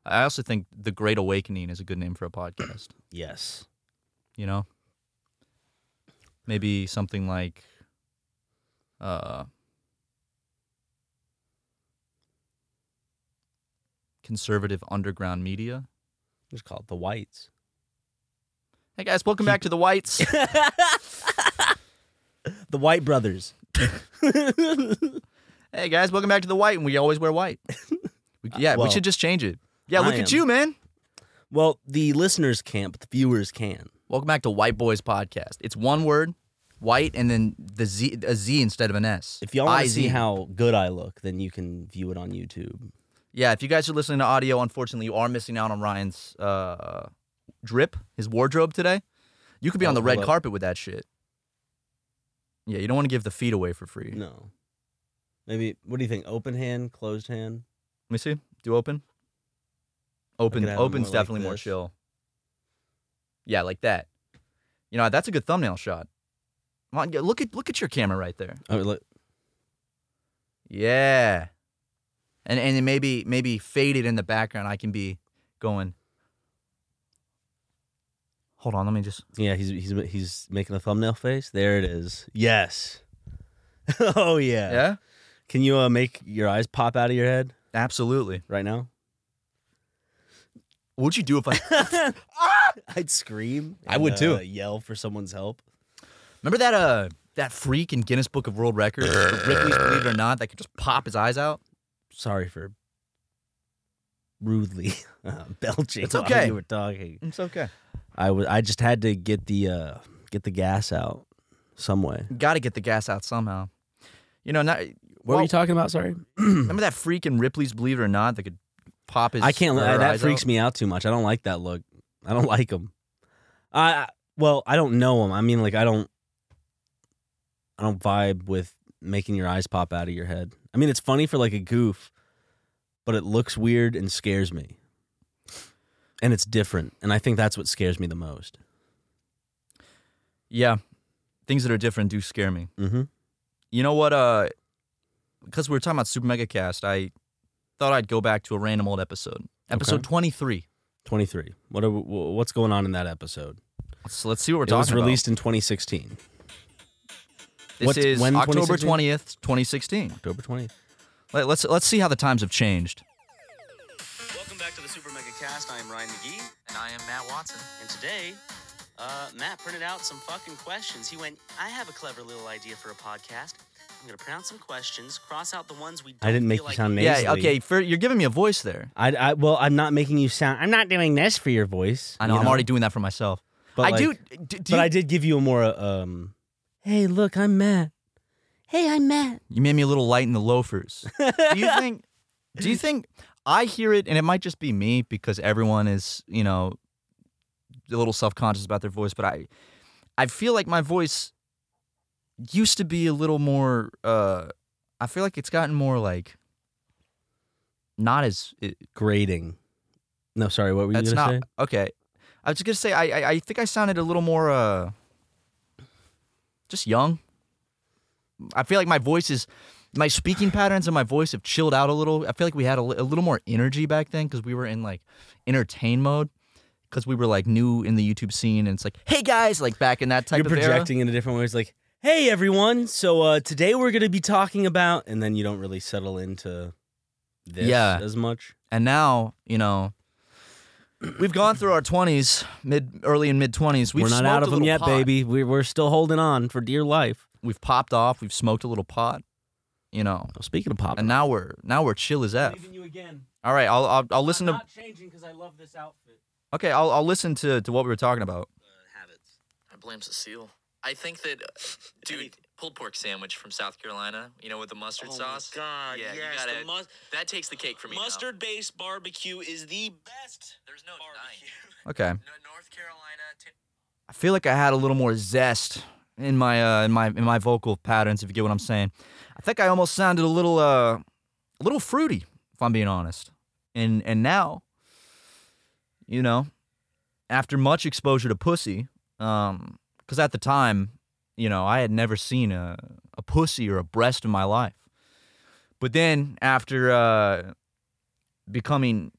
Speaker 2: I also think the Great Awakening is a good name for a podcast.
Speaker 1: Yes.
Speaker 2: you know maybe something like uh conservative underground media
Speaker 1: Just call it the whites.
Speaker 2: hey guys welcome back to the whites
Speaker 1: The White Brothers.
Speaker 2: hey guys welcome back to the white and we always wear white we, yeah
Speaker 1: well,
Speaker 2: we should just change it yeah look
Speaker 1: I
Speaker 2: at
Speaker 1: am-
Speaker 2: you man
Speaker 1: well, the listeners can't, but the viewers can.
Speaker 2: welcome back to white boys podcast it's one word white and then the z a z instead of an s
Speaker 1: If y'all want to
Speaker 2: IZ.
Speaker 1: see how good I look, then you can view it on YouTube.
Speaker 2: Yeah, if you guys are listening to audio, unfortunately, you are missing out on Ryan's uh, drip, his wardrobe today. You could be
Speaker 1: Oh,
Speaker 2: on the red
Speaker 1: hold up.
Speaker 2: carpet with that shit. Yeah, you don't want to give the feet away for free. Let
Speaker 1: No. Maybe, what do you think? Open hand, closed hand?
Speaker 2: me see. Do open. Open.
Speaker 1: could have it
Speaker 2: Open's
Speaker 1: more like
Speaker 2: definitely more
Speaker 1: this.
Speaker 2: chill. Yeah, like that. You know, that's a good thumbnail shot. Come on, yeah, Look at look at your camera right there.
Speaker 1: Oh, look.
Speaker 2: Yeah. And and then maybe maybe faded in the background. I can be going. Hold on, let me just
Speaker 1: Yeah, he's, he's, he's making a thumbnail face. There it is. Yes. oh, yeah.
Speaker 2: Yeah?
Speaker 1: Can you uh, make your eyes pop out of your head
Speaker 2: Absolutely.
Speaker 1: right now?
Speaker 2: What'd you do if I Ah!
Speaker 1: I'd scream.
Speaker 2: I would, too.
Speaker 1: uh, yell for someone's help.
Speaker 2: remember that uh that freak in Guinness Book of World Records, the Ripley's Believe It or Not, that could just pop his eyes out?
Speaker 1: sorry for rudely uh, belching
Speaker 2: It's
Speaker 1: while
Speaker 2: okay.
Speaker 1: you were talking.
Speaker 2: It's okay.
Speaker 1: I was I just had to get the uh, get the gas out some way.
Speaker 2: Gotta get the gas out somehow. You know, not
Speaker 1: What
Speaker 2: well,
Speaker 1: were you talking about? Sorry,
Speaker 2: Remember that freak in Ripley's Believe It or Not that could pop his.
Speaker 1: I can't.
Speaker 2: her
Speaker 1: That
Speaker 2: eyes
Speaker 1: freaks
Speaker 2: out?
Speaker 1: me out too much. I don't like that look. I don't like him. I I- well, I don't know him. I mean, like I don't. I don't vibe with making your eyes pop out of your head. I mean, it's funny for like a goof, but it looks weird and scares me. And it's different, and I think that's what scares me the most.
Speaker 2: Yeah, things that are different do scare me.
Speaker 1: Mm-hmm.
Speaker 2: You know what? Uh, because we were talking about Super Mega Cast, I thought I'd go back to a random old episode, episode twenty three.
Speaker 1: Twenty three. What are, wh- what's going on in that episode?
Speaker 2: So let's see what we're
Speaker 1: it was
Speaker 2: talking
Speaker 1: released in 2016,
Speaker 2: about. This
Speaker 1: what's-
Speaker 2: is
Speaker 1: when,
Speaker 2: October
Speaker 1: 2016?
Speaker 2: twentieth, twenty sixteen.
Speaker 1: October 20th.
Speaker 2: Let, let's let's see how the times have changed.
Speaker 5: Welcome back to the Super Mega Cast. I am Ryan McGee,
Speaker 2: And I am Matt Watson.
Speaker 5: and today, uh, Matt printed out some fucking questions. He went, "I have a clever little idea for a podcast. I'm gonna print out some questions, cross out the ones we don't
Speaker 1: I didn't make
Speaker 5: feel
Speaker 1: you
Speaker 5: like
Speaker 1: sound nasally.
Speaker 2: Yeah. Okay. For, you're giving me a voice there.
Speaker 1: I, I well, I'm not making you sound. I'm not doing this for your voice.
Speaker 2: I know.
Speaker 1: you
Speaker 2: I'm already doing that for myself.
Speaker 1: But
Speaker 2: I
Speaker 1: like-
Speaker 2: do. do, do
Speaker 1: but
Speaker 2: you,
Speaker 1: I did give you a more uh, um. Hey, look, I'm Matt. Hey, I'm Matt.
Speaker 2: You made me a little light in the loafers. do you think? Do you think I hear it? And it might just be me because everyone is, you know, a little self-conscious about their voice. But I, I feel like my voice used to be a little more. uh I feel like it's gotten more like not as. It,
Speaker 1: Grading. No, sorry. What were you
Speaker 2: that's
Speaker 1: gonna
Speaker 2: not
Speaker 1: say?
Speaker 2: okay. I was just gonna say I, I I think I sounded a little more uh just young. I feel like my voice is my speaking patterns and my voice have chilled out a little. I feel like we had a, li- a little more energy back then because we were in like entertain mode because we were like new in the YouTube scene and it's like hey guys like back in that type
Speaker 1: You're
Speaker 2: of era.
Speaker 1: projecting in a different way. It's like, hey, everyone. So uh, today we're gonna be talking about, and then you don't really settle into this
Speaker 2: Yeah.
Speaker 1: as much.
Speaker 2: And now you know. We've gone through our twenties, mid, early and mid twenties. We've
Speaker 1: we're not
Speaker 2: smoked
Speaker 1: out
Speaker 2: a
Speaker 1: of them
Speaker 2: little
Speaker 1: yet,
Speaker 2: pot.
Speaker 1: baby. We're we're still holding on for dear life.
Speaker 2: We've popped off. We've smoked a little pot. You know,
Speaker 1: Well, speaking of pop,
Speaker 2: and now we're now we're chill as f.
Speaker 1: you again.
Speaker 2: All right, I'll I'll, I'll listen to
Speaker 1: changing because I love this outfit.
Speaker 2: okay, I'll I'll listen to to what we were talking about.
Speaker 6: Uh,
Speaker 5: habits.
Speaker 6: I blame Cecile. I think that, dude, pulled pork sandwich from South Carolina, you know, with the mustard
Speaker 5: Oh my
Speaker 6: sauce.
Speaker 5: God,
Speaker 6: yeah,
Speaker 5: yes,
Speaker 6: you
Speaker 5: the
Speaker 6: gotta,
Speaker 5: mus-
Speaker 6: that takes the cake for me. now.
Speaker 5: Mustard-based barbecue is the best.
Speaker 6: There's no
Speaker 5: barbecue.
Speaker 2: Okay,
Speaker 6: denying. No, North Carolina. T-
Speaker 2: I feel like I had a little more zest in my uh in my in my vocal patterns. If you get what I'm saying, I think I almost sounded a little uh a little fruity, if I'm being honest. And and now, you know, after much exposure to pussy, um, because at the time, you know, I had never seen a a pussy or a breast in my life. But then after uh, becoming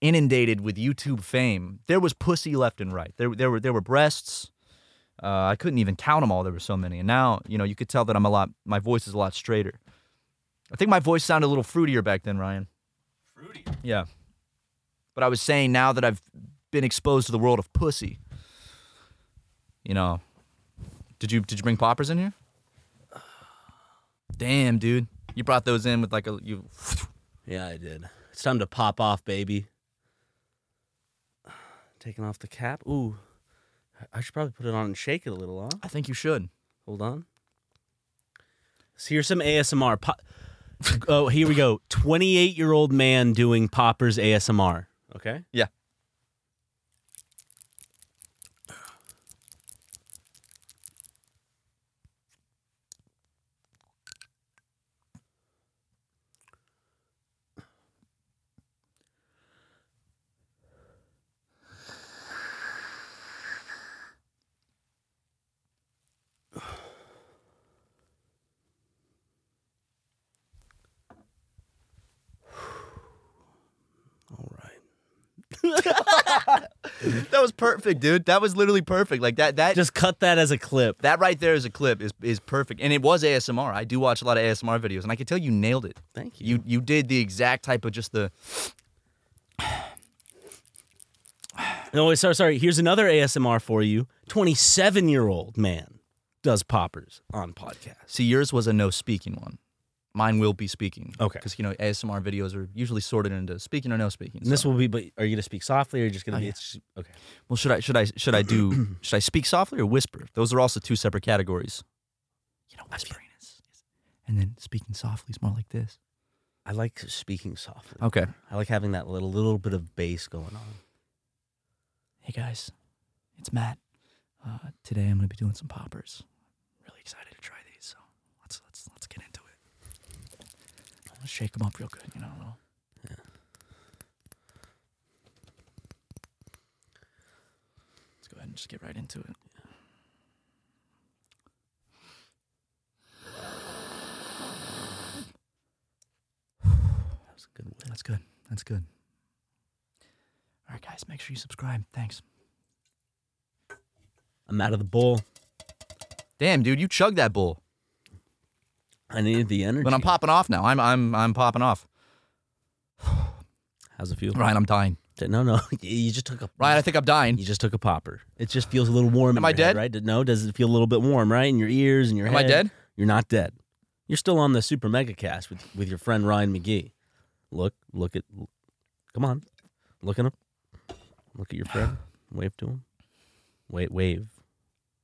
Speaker 2: inundated with YouTube fame, there was pussy left and right. There there were there were breasts. Uh, I couldn't even count them all. There were so many. And now, you know, you could tell that I'm a lot. My voice is a lot straighter. I think my voice sounded a little fruitier back then, Ryan. Fruitier. Yeah. But I was saying now that I've been exposed to the world of pussy. You know, did you did you bring poppers in here? Damn, dude, you brought those in with like a you.
Speaker 1: Yeah, I did. It's time to pop off, baby. Taking off the cap. Ooh, I should probably put it on and shake it a little. Huh?
Speaker 2: I think you should.
Speaker 1: Hold on. So here's some ASMR. Po- oh, here we go. 28 year old man doing poppers ASMR. Okay.
Speaker 2: Yeah.
Speaker 1: All right.
Speaker 2: That was perfect, dude. That was literally perfect. Like that that
Speaker 1: Just cut that as a clip.
Speaker 2: that right there is a clip is is perfect. And it was ASMR. I do watch a lot of ASMR videos and I can tell you nailed it.
Speaker 1: Thank you.
Speaker 2: You you did the exact type of just the
Speaker 1: No, wait, sorry, sorry. Here's another ASMR for you. 27 year old man does poppers on podcast.
Speaker 2: See, yours was a no speaking one. Mine will be speaking.
Speaker 1: Okay.
Speaker 2: Because you know ASMR videos are usually sorted into speaking or no speaking.
Speaker 1: And this
Speaker 2: so-
Speaker 1: will be, but are you going to speak softly or are you just going to
Speaker 2: Oh,
Speaker 1: be?
Speaker 2: yeah.
Speaker 1: It's just- okay.
Speaker 2: well, should I should I should I do should I speak softly or whisper? Those are also two separate categories. You know, whispering is and then speaking softly is more like this.
Speaker 1: I like speaking softly.
Speaker 2: Okay.
Speaker 1: I like having that little little bit of bass going on.
Speaker 2: Hey guys, it's Matt. Uh, today I'm gonna be doing some poppers. Really excited to try these, so let's let's let's get into it. I'm gonna shake them up real good, you know. A little. Let's go ahead and just get right into it.
Speaker 1: That was a good one.
Speaker 2: That's good. That's good. All right, guys, make sure you subscribe. Thanks.
Speaker 1: I'm out of the bowl.
Speaker 2: Damn, dude, you chugged that bull.
Speaker 1: I needed the energy.
Speaker 2: But I'm popping off now. I'm I'm I'm popping off.
Speaker 1: How's it feel?
Speaker 2: Ryan, I'm dying.
Speaker 1: No, no. You just took a
Speaker 2: Ryan, I think I'm dying.
Speaker 1: You just took a popper. It just feels a little warm. in
Speaker 2: Am I
Speaker 1: your head,
Speaker 2: dead?
Speaker 1: right? No, does it feel a little bit warm, right? In your ears and your
Speaker 2: Am I
Speaker 1: head.
Speaker 2: dead?
Speaker 1: You're not dead. You're still on the Super Mega Cast with with your friend Ryan McGee. Look, look at, come on, look at him. Look at your friend. Wave to him. Wait, wave,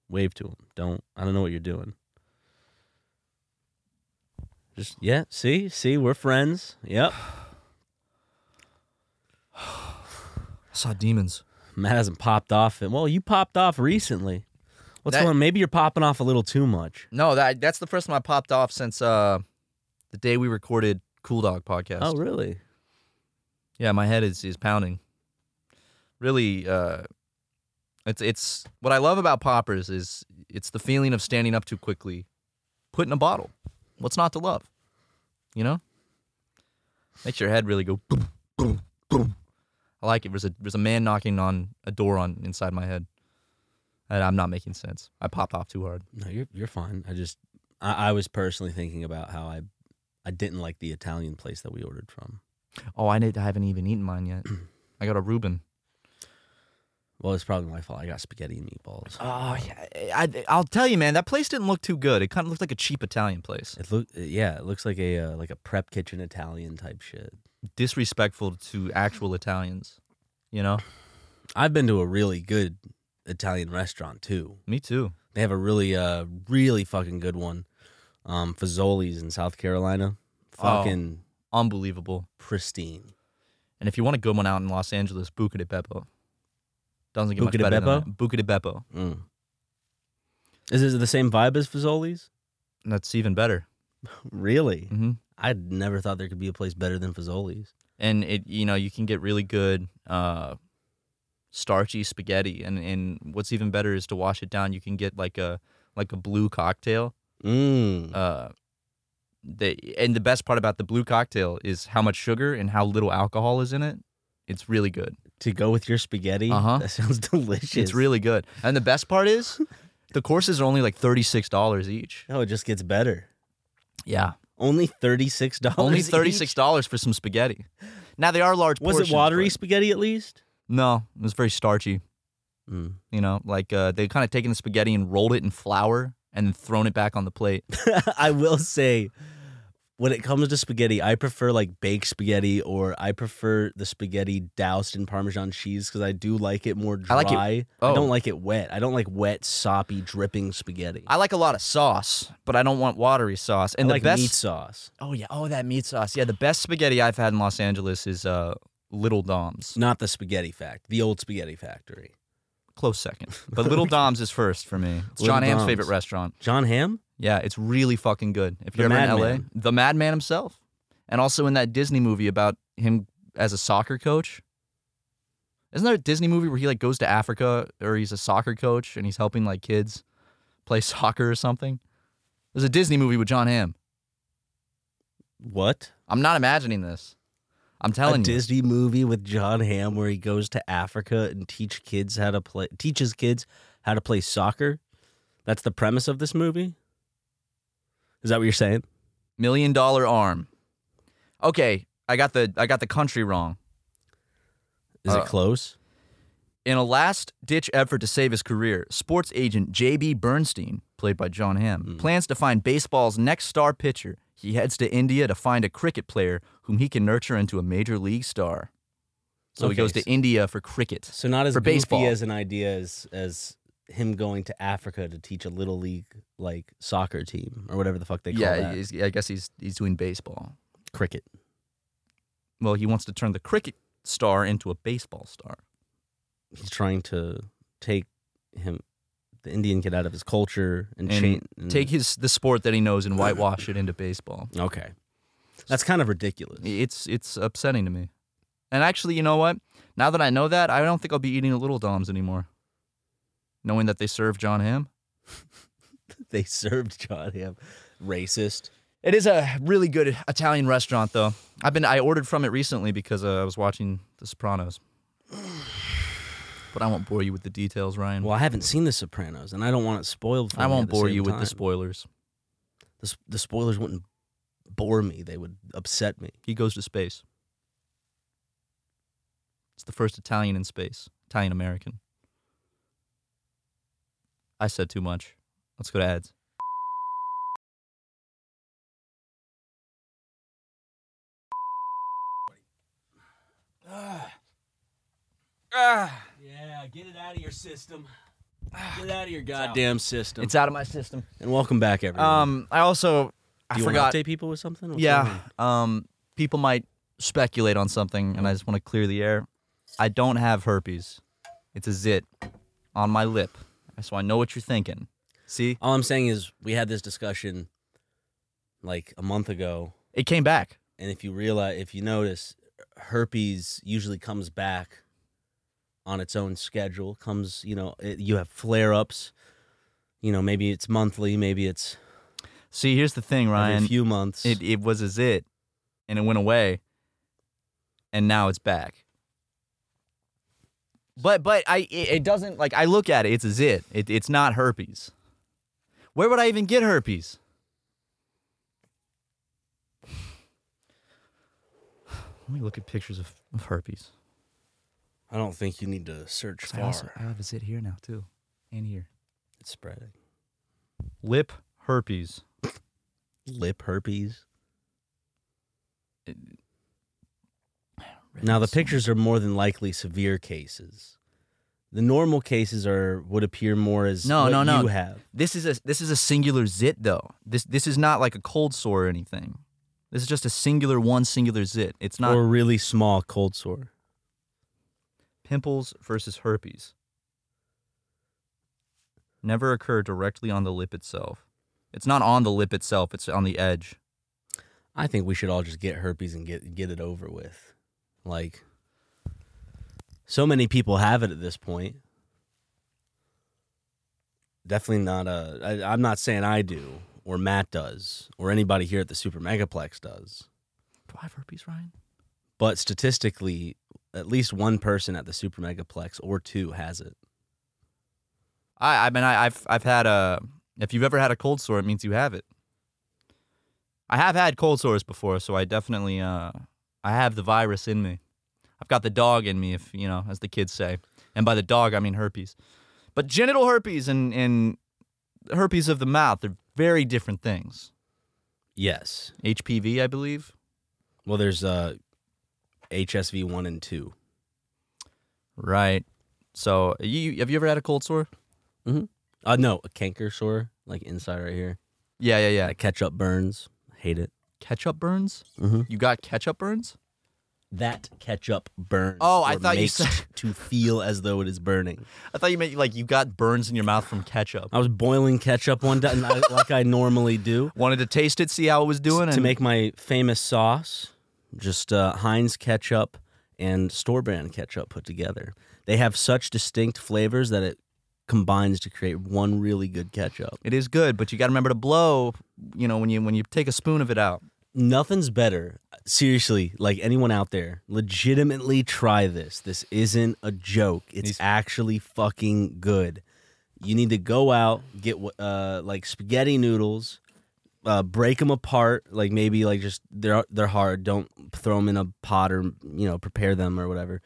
Speaker 1: wave to him. Don't. I don't know what you're doing. Just yeah. See, see, we're friends. Yep.
Speaker 2: I saw demons.
Speaker 1: Matt hasn't popped off. And well, you popped off recently. What's
Speaker 2: That-
Speaker 1: going on? Maybe you're popping off a little too much.
Speaker 2: No, that that's the first time I popped off since uh the day we recorded Cool Dog podcast.
Speaker 1: Oh, really?
Speaker 2: Yeah, my head is is pounding. Really, uh, it's it's what I love about poppers is it's the feeling of standing up too quickly, put in a bottle. What's not to love? You know, makes your head really go boom, boom, boom. I like it. There's a there's a man knocking on a door on inside my head, and I'm not making sense. I popped off too hard.
Speaker 1: No, you're you're fine. I just I, I was personally thinking about how I I didn't like the Italian place that we ordered from.
Speaker 2: Oh, I, did, I haven't even eaten mine yet. I got a Reuben.
Speaker 1: Well, it's probably my fault. I got spaghetti and meatballs.
Speaker 2: Oh, yeah. I, I'll tell you, man, that place didn't look too good. It kind of looked like a cheap Italian place.
Speaker 1: It look yeah, it looks like a uh, like a prep kitchen Italian type shit.
Speaker 2: disrespectful to actual Italians. You know?
Speaker 1: I've been to a really good Italian restaurant too.
Speaker 2: Me too.
Speaker 1: They have a really uh really fucking good one. Um Fazoli's in South Carolina.
Speaker 2: Oh.
Speaker 1: Fucking
Speaker 2: Unbelievable.
Speaker 1: pristine.
Speaker 2: And if you want a good one out in Los Angeles, Buca di Beppo. Doesn't get
Speaker 1: Buca di
Speaker 2: much better
Speaker 1: Beppo?
Speaker 2: than that. Buca di Beppo.
Speaker 1: Mm. Is this the same vibe as Fazoli's?
Speaker 2: And That's even better.
Speaker 1: Really?
Speaker 2: hmm
Speaker 1: I never thought there could be a place better than Fazoli's.
Speaker 2: And it, you know, you can get really good uh, starchy spaghetti. And, and what's even better is to wash it down. You can get like a like a blue cocktail.
Speaker 1: Mm.
Speaker 2: Uh, they, and the best part about the blue cocktail is how much sugar and how little alcohol is in it. It's really good.
Speaker 1: to go with your spaghetti?
Speaker 2: Uh-huh.
Speaker 1: That sounds delicious.
Speaker 2: It's really good. And the best part is the courses are only like $36 each.
Speaker 1: Oh, it just gets better.
Speaker 2: Yeah.
Speaker 1: Only $36?
Speaker 2: Only
Speaker 1: each?
Speaker 2: $36 for some spaghetti. Now they are large
Speaker 1: Was
Speaker 2: portions,
Speaker 1: it watery
Speaker 2: but-
Speaker 1: spaghetti at least?
Speaker 2: No, it was very starchy.
Speaker 1: Mm.
Speaker 2: You know, like uh, they kind of taken the spaghetti and rolled it in flour and then thrown it back on the plate.
Speaker 1: I will say, when it comes to spaghetti, I prefer like baked spaghetti or I prefer the spaghetti doused in Parmesan cheese because I do like it more
Speaker 2: I
Speaker 1: dry.
Speaker 2: like it- oh.
Speaker 1: don't like it wet. I don't like wet, soppy, dripping spaghetti.
Speaker 2: I like a lot of sauce, but I don't want watery sauce. And
Speaker 1: I
Speaker 2: the
Speaker 1: like
Speaker 2: best
Speaker 1: meat sauce,
Speaker 2: Oh yeah, oh that meat sauce. Yeah, the best spaghetti I've had in Los Angeles is uh Little Dom's.
Speaker 1: not the spaghetti fact, the old spaghetti factory.
Speaker 2: Close second. But Little Dom's is first for me. It's
Speaker 1: Little
Speaker 2: John Hamm's
Speaker 1: Dom's.
Speaker 2: favorite restaurant.
Speaker 1: John Hamm?
Speaker 2: Yeah, it's really fucking good. If
Speaker 1: The
Speaker 2: you're ever in
Speaker 1: Madman.
Speaker 2: LA, the Madman himself, and also in that Disney movie about him as a soccer coach. Isn't there a Disney movie where he like goes to Africa or he's a soccer coach and he's helping like kids play soccer or something? There's a Disney movie with John Hamm.
Speaker 1: What?
Speaker 2: I'm not imagining this. I'm
Speaker 1: a
Speaker 2: telling you.
Speaker 1: Disney movie with John Hamm where he goes to Africa and teach kids how to play teaches kids how to play soccer. That's the premise of this movie. Is that what you're saying?
Speaker 2: Million Dollar Arm. Okay, I got the I got the country wrong.
Speaker 1: Is
Speaker 2: Uh,
Speaker 1: it close?
Speaker 2: In a last ditch effort to save his career, sports agent J.B. Bernstein, played by John Hamm,
Speaker 1: Hmm.
Speaker 2: plans to find baseball's next star pitcher. He heads to India to find a cricket player whom he can nurture into a major league star. So he
Speaker 1: Okay,
Speaker 2: goes to
Speaker 1: so-
Speaker 2: India for cricket.
Speaker 1: So not as
Speaker 2: for
Speaker 1: goofy
Speaker 2: baseball.
Speaker 1: as an idea as as him going to Africa to teach a little league like soccer team or whatever the fuck they call
Speaker 2: yeah,
Speaker 1: that.
Speaker 2: he's, I guess he's he's doing baseball.
Speaker 1: Cricket.
Speaker 2: Well, he wants to turn the cricket star into a baseball star.
Speaker 1: He's trying to take him, the Indian kid, out of his culture and,
Speaker 2: And
Speaker 1: change. and-
Speaker 2: Take his the sport that he knows and whitewash it into baseball.
Speaker 1: Okay, that's kind of ridiculous.
Speaker 2: It's it's upsetting to me. And actually, you know what? Now that I know that, I don't think I'll be eating at Little Dom's anymore. Knowing that they serve John Ham.
Speaker 1: They served John Ham, racist.
Speaker 2: It is a really good Italian restaurant, though. I've been I ordered from it recently because uh, I was watching The Sopranos. But I won't bore you with the details, Ryan.
Speaker 1: Well, I haven't seen The Sopranos, and I don't want it spoiled. for
Speaker 2: I
Speaker 1: me
Speaker 2: won't
Speaker 1: at the
Speaker 2: bore
Speaker 1: same
Speaker 2: you with
Speaker 1: time.
Speaker 2: the spoilers.
Speaker 1: The, s- the spoilers wouldn't bore me; they would upset me.
Speaker 2: He goes to space. It's the first Italian in space, Italian American. I said too much. Let's go to ads.
Speaker 1: Yeah, get it out of your system. Get it out of your goddamn system.
Speaker 2: It's out of my system.
Speaker 1: and welcome back, everyone.
Speaker 2: Um, I also
Speaker 1: Do
Speaker 2: I
Speaker 1: you
Speaker 2: forgot.
Speaker 1: want to update people with something? What's going
Speaker 2: yeah,
Speaker 1: on?
Speaker 2: um, people might speculate on something, and I just want to clear the air. I don't have herpes. It's a zit on my lip, so I know what you're thinking. See,
Speaker 1: All I'm saying is we had this discussion like a month ago,
Speaker 2: it came back.
Speaker 1: and if you realize, if you notice, herpes usually comes back on its own schedule. Comes, you know, it, you have flare ups. You know, maybe it's monthly, maybe it's
Speaker 2: See, here's the thing, Ryan.
Speaker 1: every few months.
Speaker 2: It it was a zit, and it went away, and now it's back. But but I it, it doesn't like I look at it. It's a zit. It, it's not herpes. Where would I even get herpes? Let me look at pictures of, of herpes.
Speaker 1: I don't think you need to search
Speaker 2: 'Cause
Speaker 1: far.
Speaker 2: I also I have a zit here now too, and here.
Speaker 1: it's spreading.
Speaker 2: Lip herpes.
Speaker 1: Lip herpes. Now, the pictures are more than likely severe cases. The normal cases are would appear more as
Speaker 2: No,
Speaker 1: what
Speaker 2: no, no.
Speaker 1: you have.
Speaker 2: This is a this is a singular zit though. This this is not like a cold sore or anything. This is just a singular one singular zit. It's not
Speaker 1: or really small cold sore.
Speaker 2: pimples versus herpes. Never occur directly on the lip itself. It's not on the lip itself, it's on the edge.
Speaker 1: I think we should all just get herpes and get get it over with. Like so many people have it at this point. Definitely not a I, I'm not saying I do or Matt does or anybody here at the Super Megaplex does.
Speaker 2: Do I have herpes, Ryan?
Speaker 1: But statistically, at least one person at the Super Megaplex or two has it.
Speaker 2: I I mean I, I've I've had a if you've ever had a cold sore, it means you have it. I have had cold sores before, so I definitely uh I have the virus in me. I've got the dog in me, if you know, as the kids say. And by the dog I mean herpes. But genital herpes and, and herpes of the mouth are very different things.
Speaker 1: Yes.
Speaker 2: HPV, I believe.
Speaker 1: Well, there's uh, HSV one and two.
Speaker 2: Right. So you have you ever had a cold sore?
Speaker 1: Uh, no, a canker sore, like inside right here.
Speaker 2: Yeah, yeah, yeah.
Speaker 1: That ketchup burns. Hate it.
Speaker 2: Ketchup burns?
Speaker 1: Mhm.
Speaker 2: You got ketchup burns?
Speaker 1: That ketchup burns.
Speaker 2: Oh, I
Speaker 1: or
Speaker 2: thought you
Speaker 1: makes
Speaker 2: said-
Speaker 1: to feel as though it is burning.
Speaker 2: I thought you meant like you got burns in your mouth from ketchup.
Speaker 1: I was boiling ketchup one day, and I- like I normally do,
Speaker 2: wanted to taste it, see how it was doing,
Speaker 1: to
Speaker 2: and
Speaker 1: make my famous sauce. Just uh, Heinz ketchup and store brand ketchup put together. They have such distinct flavors that it combines to create one really good ketchup.
Speaker 2: it is good. But you got to remember to blow. You know, when you when you take a spoon of it out,
Speaker 1: nothing's better. Seriously, like anyone out there, legitimately try this. This isn't a joke. It's
Speaker 2: These-
Speaker 1: actually fucking good. You need to go out, get wh- uh like spaghetti noodles, uh break them apart, like maybe like just they're they're hard. Don't throw them in a pot or, you know, prepare them or whatever.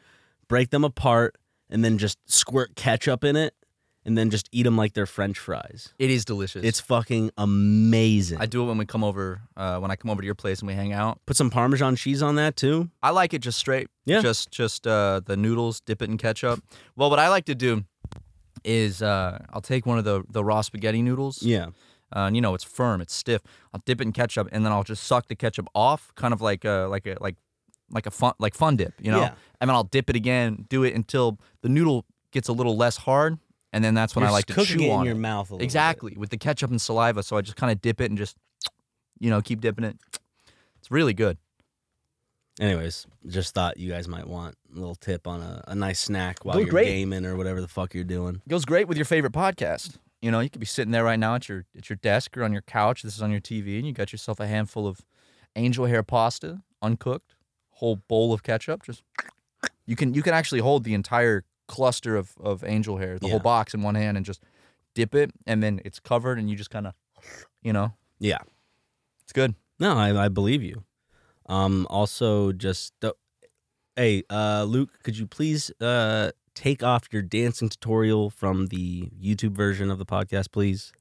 Speaker 1: Break them apart and then just squirt ketchup in it and then just eat them like they're french fries.
Speaker 2: it is delicious.
Speaker 1: It's fucking amazing.
Speaker 2: I do it when we come over. Uh, when I come over to your place and we hang out,
Speaker 1: Put some parmesan cheese on that too.
Speaker 2: I like it just straight.
Speaker 1: Yeah.
Speaker 2: Just just uh, the noodles, dip it in ketchup. Well, what I like to do is uh, I'll take one of the the raw spaghetti noodles.
Speaker 1: Yeah.
Speaker 2: Uh, and you know it's firm, it's stiff. I'll dip it in ketchup, and then I'll just suck the ketchup off, kind of like a like a like like a fun like fun dip, you know.
Speaker 1: Yeah.
Speaker 2: And then I'll dip it again, do it until the noodle gets a little less hard, and then that's when
Speaker 1: You're
Speaker 2: I like
Speaker 1: just
Speaker 2: to
Speaker 1: cooking
Speaker 2: chew
Speaker 1: it in
Speaker 2: on
Speaker 1: your
Speaker 2: it.
Speaker 1: mouth a little bit.
Speaker 2: exactly with the ketchup and saliva. So I just kind of dip it and just you know keep dipping it. It's really good.
Speaker 1: Anyways, just thought you guys might want a little tip on a, a nice snack while
Speaker 2: Dude,
Speaker 1: you're
Speaker 2: great.
Speaker 1: gaming or whatever the fuck you're doing.
Speaker 2: goes great with your favorite podcast. You know, you could be sitting there right now at your at your desk or on your couch. This is on your TV, and you got yourself a handful of angel hair pasta, uncooked, whole bowl of ketchup. Just you can you can actually hold the entire cluster of of angel hair, the whole
Speaker 1: Yeah.
Speaker 2: box in one hand, and just dip it, and then it's covered, and you just kind of, you know,
Speaker 1: Yeah.
Speaker 2: it's good.
Speaker 1: No, I, I believe you. Um, also, just the, hey, uh, Luke, could you please uh, take off your dancing tutorial from the YouTube version of the podcast, please?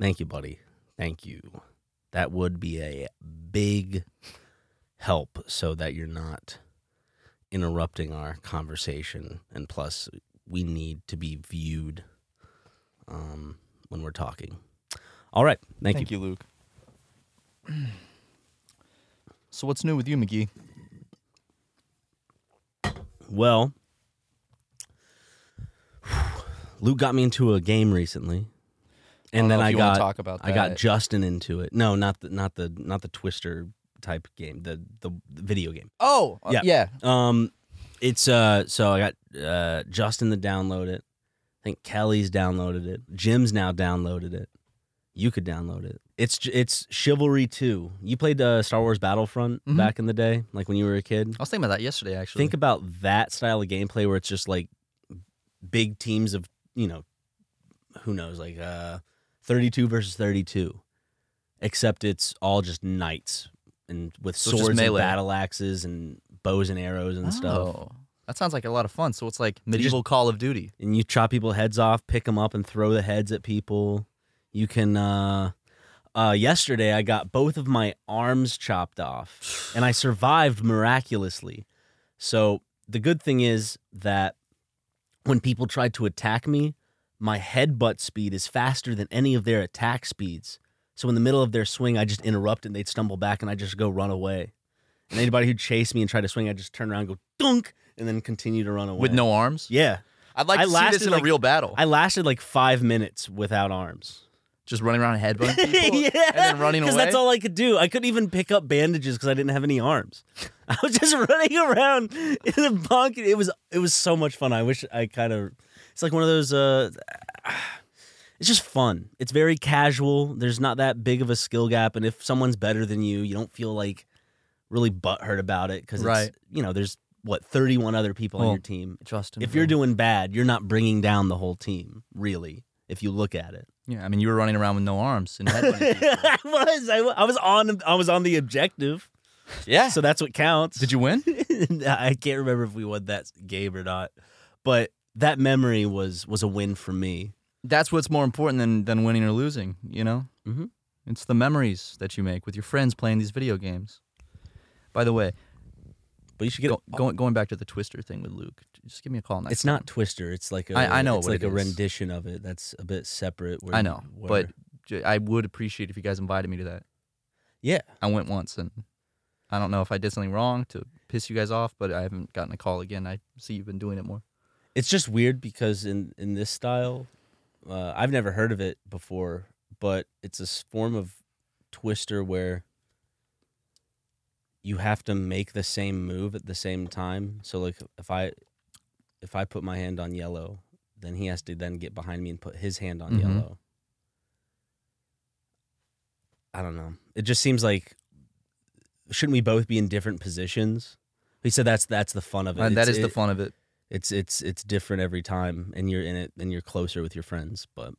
Speaker 1: Thank you, buddy. Thank you. That would be a big help so that you're not interrupting our conversation. And plus, we need to be viewed um, when we're talking. All right. Thank, you.
Speaker 2: Luke. So what's new with you, McGee?
Speaker 1: Well, Luke got me into a game recently, and
Speaker 2: don't
Speaker 1: then
Speaker 2: know if
Speaker 1: I
Speaker 2: you wanna
Speaker 1: got
Speaker 2: talk about
Speaker 1: I got
Speaker 2: that.
Speaker 1: Justin into it. No, not the not the not the Twister type game, the the, the video game.
Speaker 2: Oh,
Speaker 1: Yeah.
Speaker 2: yeah, yeah.
Speaker 1: Um, it's uh, so I got uh Justin to download it. I think Kelly's downloaded it. Jim's now downloaded it. You could download it. It's j- it's Chivalry Two. You played uh, Star Wars Battlefront
Speaker 2: Mhm.
Speaker 1: back in the day, like when you were a kid.
Speaker 2: I was thinking about that yesterday, actually.
Speaker 1: Think about that style of gameplay where it's just like big teams of, you know, who knows, like uh 32 versus 32. Except it's all just knights and with
Speaker 2: So it's just
Speaker 1: swords and
Speaker 2: melee.
Speaker 1: battle axes and bows and arrows and stuff.
Speaker 2: Oh, That sounds like a lot of fun. So it's like
Speaker 1: just-
Speaker 2: medieval Call of Duty.
Speaker 1: And you chop people heads off, pick them up and throw the heads at people. You can uh uh yesterday I got both of my arms chopped off and I survived miraculously. So the good thing is that when people tried to attack me, my headbutt speed is faster than any of their attack speeds. So in the middle of their swing, I just interrupt and they'd stumble back and I just go run away. And anybody who'd chase me and try to swing, I just turn around and go dunk and then continue to run away.
Speaker 2: With no arms?
Speaker 1: Yeah.
Speaker 2: I'd like
Speaker 1: I
Speaker 2: to see
Speaker 1: lasted
Speaker 2: this in
Speaker 1: like-
Speaker 2: a real battle.
Speaker 1: I lasted like five minutes without arms.
Speaker 2: just running around and headbutting people
Speaker 1: yeah,
Speaker 2: and then running away.
Speaker 1: Because that's all I could do. I couldn't even pick up bandages because I didn't have any arms. I was just running around in a bunk. It was it was so much fun. I wish I kind of. It's like one of those. Uh, it's just fun. It's very casual. There's not that big of a skill gap, and if someone's better than you, you don't feel like really butthurt about it because
Speaker 2: Right.
Speaker 1: you know there's what 31 other people on
Speaker 2: Well,
Speaker 1: your team.
Speaker 2: Justin.
Speaker 1: If you're
Speaker 2: Bieber.
Speaker 1: doing bad, you're not bringing down the whole team, really. If you look at it.
Speaker 2: Yeah, I mean, you were running around with no arms and headbutting people.
Speaker 1: I was. I, wa- I was on. I was on the objective,
Speaker 2: Yeah.
Speaker 1: so that's what counts.
Speaker 2: Did you win?
Speaker 1: I can't remember if we won that game or not, but that memory was was a win for me.
Speaker 2: That's what's more important than, than winning or losing, you know?
Speaker 1: Mhm.
Speaker 2: It's the memories that you make with your friends playing these video games. By the way,
Speaker 1: But you should get.
Speaker 2: go, going, going back to the Twister thing with Luke, just give me a call next
Speaker 1: it's not Twister. It's like a.
Speaker 2: I- I know
Speaker 1: It's
Speaker 2: what
Speaker 1: like
Speaker 2: it
Speaker 1: a
Speaker 2: is.
Speaker 1: rendition of it. That's a bit separate. Where
Speaker 2: I know,
Speaker 1: where-
Speaker 2: but j- I would appreciate if you guys invited me to that.
Speaker 1: yeah,
Speaker 2: I went once, and I don't know if I did something wrong to piss you guys off, but I haven't gotten a call again. I see you've been doing it more.
Speaker 1: it's just weird because in in this style, uh, I've never heard of it before, but it's a s- form of Twister where you have to make the same move at the same time. So like if I if I put my hand on yellow, then he has to then get behind me and put his hand on
Speaker 2: Mhm.
Speaker 1: yellow. I don't know. It just seems like shouldn't we both be in different positions? He said that's that's the fun of it.
Speaker 2: And that
Speaker 1: It's-
Speaker 2: is the
Speaker 1: it-
Speaker 2: fun of it.
Speaker 1: it's it's it's different every time and you're in it and you're closer with your friends but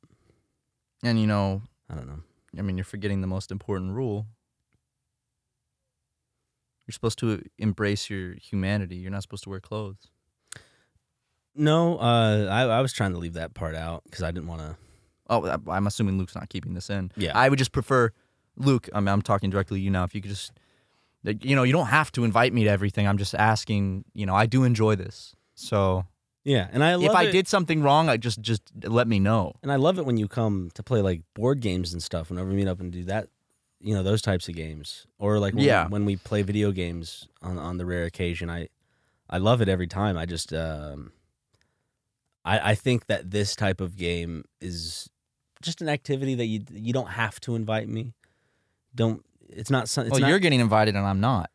Speaker 2: And you know,
Speaker 1: i don't know
Speaker 2: I mean, you're forgetting the most important rule. You're supposed to embrace your humanity. You're not supposed to wear clothes.
Speaker 1: no uh i, I was trying to leave that part out because i didn't want to
Speaker 2: Oh, I- I'm assuming Luke's not keeping this in.
Speaker 1: Yeah.
Speaker 2: I would just prefer Luke. I mean, I'm talking directly to you now. If you could just, like, you know, you don't have to invite me to everything. I'm just asking. You know, I do enjoy this, so
Speaker 1: Yeah, and I love
Speaker 2: if I
Speaker 1: it-
Speaker 2: did something wrong, I just just let me know.
Speaker 1: and I love it when you come to play like board games and stuff. Whenever we meet up and do that, you know those types of games, or like when,
Speaker 2: Yeah.
Speaker 1: when we play video games on on the rare occasion, I I love it every time. I just um, I I think that this type of game is just an activity that you you don't have to invite me. Don't it's not something.
Speaker 2: well,
Speaker 1: not,
Speaker 2: Oh, you're getting invited and I'm not.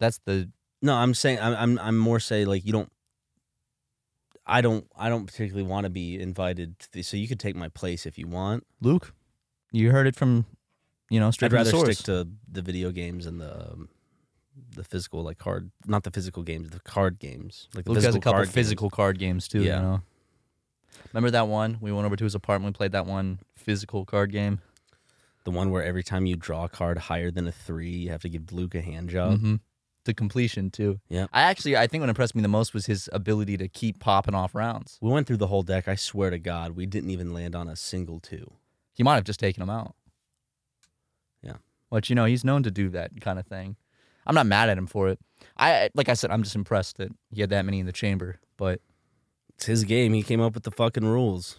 Speaker 2: That's the
Speaker 1: No, I'm saying I'm I'm, I'm more say like you don't. I don't I don't particularly want to be invited, to the, so you could take my place if you want.
Speaker 2: Luke. You heard it from, you know, straight
Speaker 1: I'd
Speaker 2: from
Speaker 1: rather
Speaker 2: the source.
Speaker 1: stick to the video games and the um, the physical like card, not the physical games, the card games. Like the
Speaker 2: Luke has
Speaker 1: physical
Speaker 2: a couple
Speaker 1: card games.
Speaker 2: physical card games too.
Speaker 1: Yeah.
Speaker 2: You know, remember that one? We went over to his apartment. We played that one physical card game.
Speaker 1: The one where every time you draw a card higher than a three, you have to give Luke a hand job.
Speaker 2: Mhm. To completion too.
Speaker 1: Oh. Yep.
Speaker 2: I actually I think what impressed me the most was his ability to keep popping off rounds.
Speaker 1: We went through the whole deck. I swear to God, we didn't even land on a single two.
Speaker 2: He might have just taken him out.
Speaker 1: Yeah.
Speaker 2: But you know he's known to do that kind of thing. I'm not mad at him for it. I like I said I'm just impressed that he had that many in the chamber. But
Speaker 1: It's his game. He came up with the fucking rules.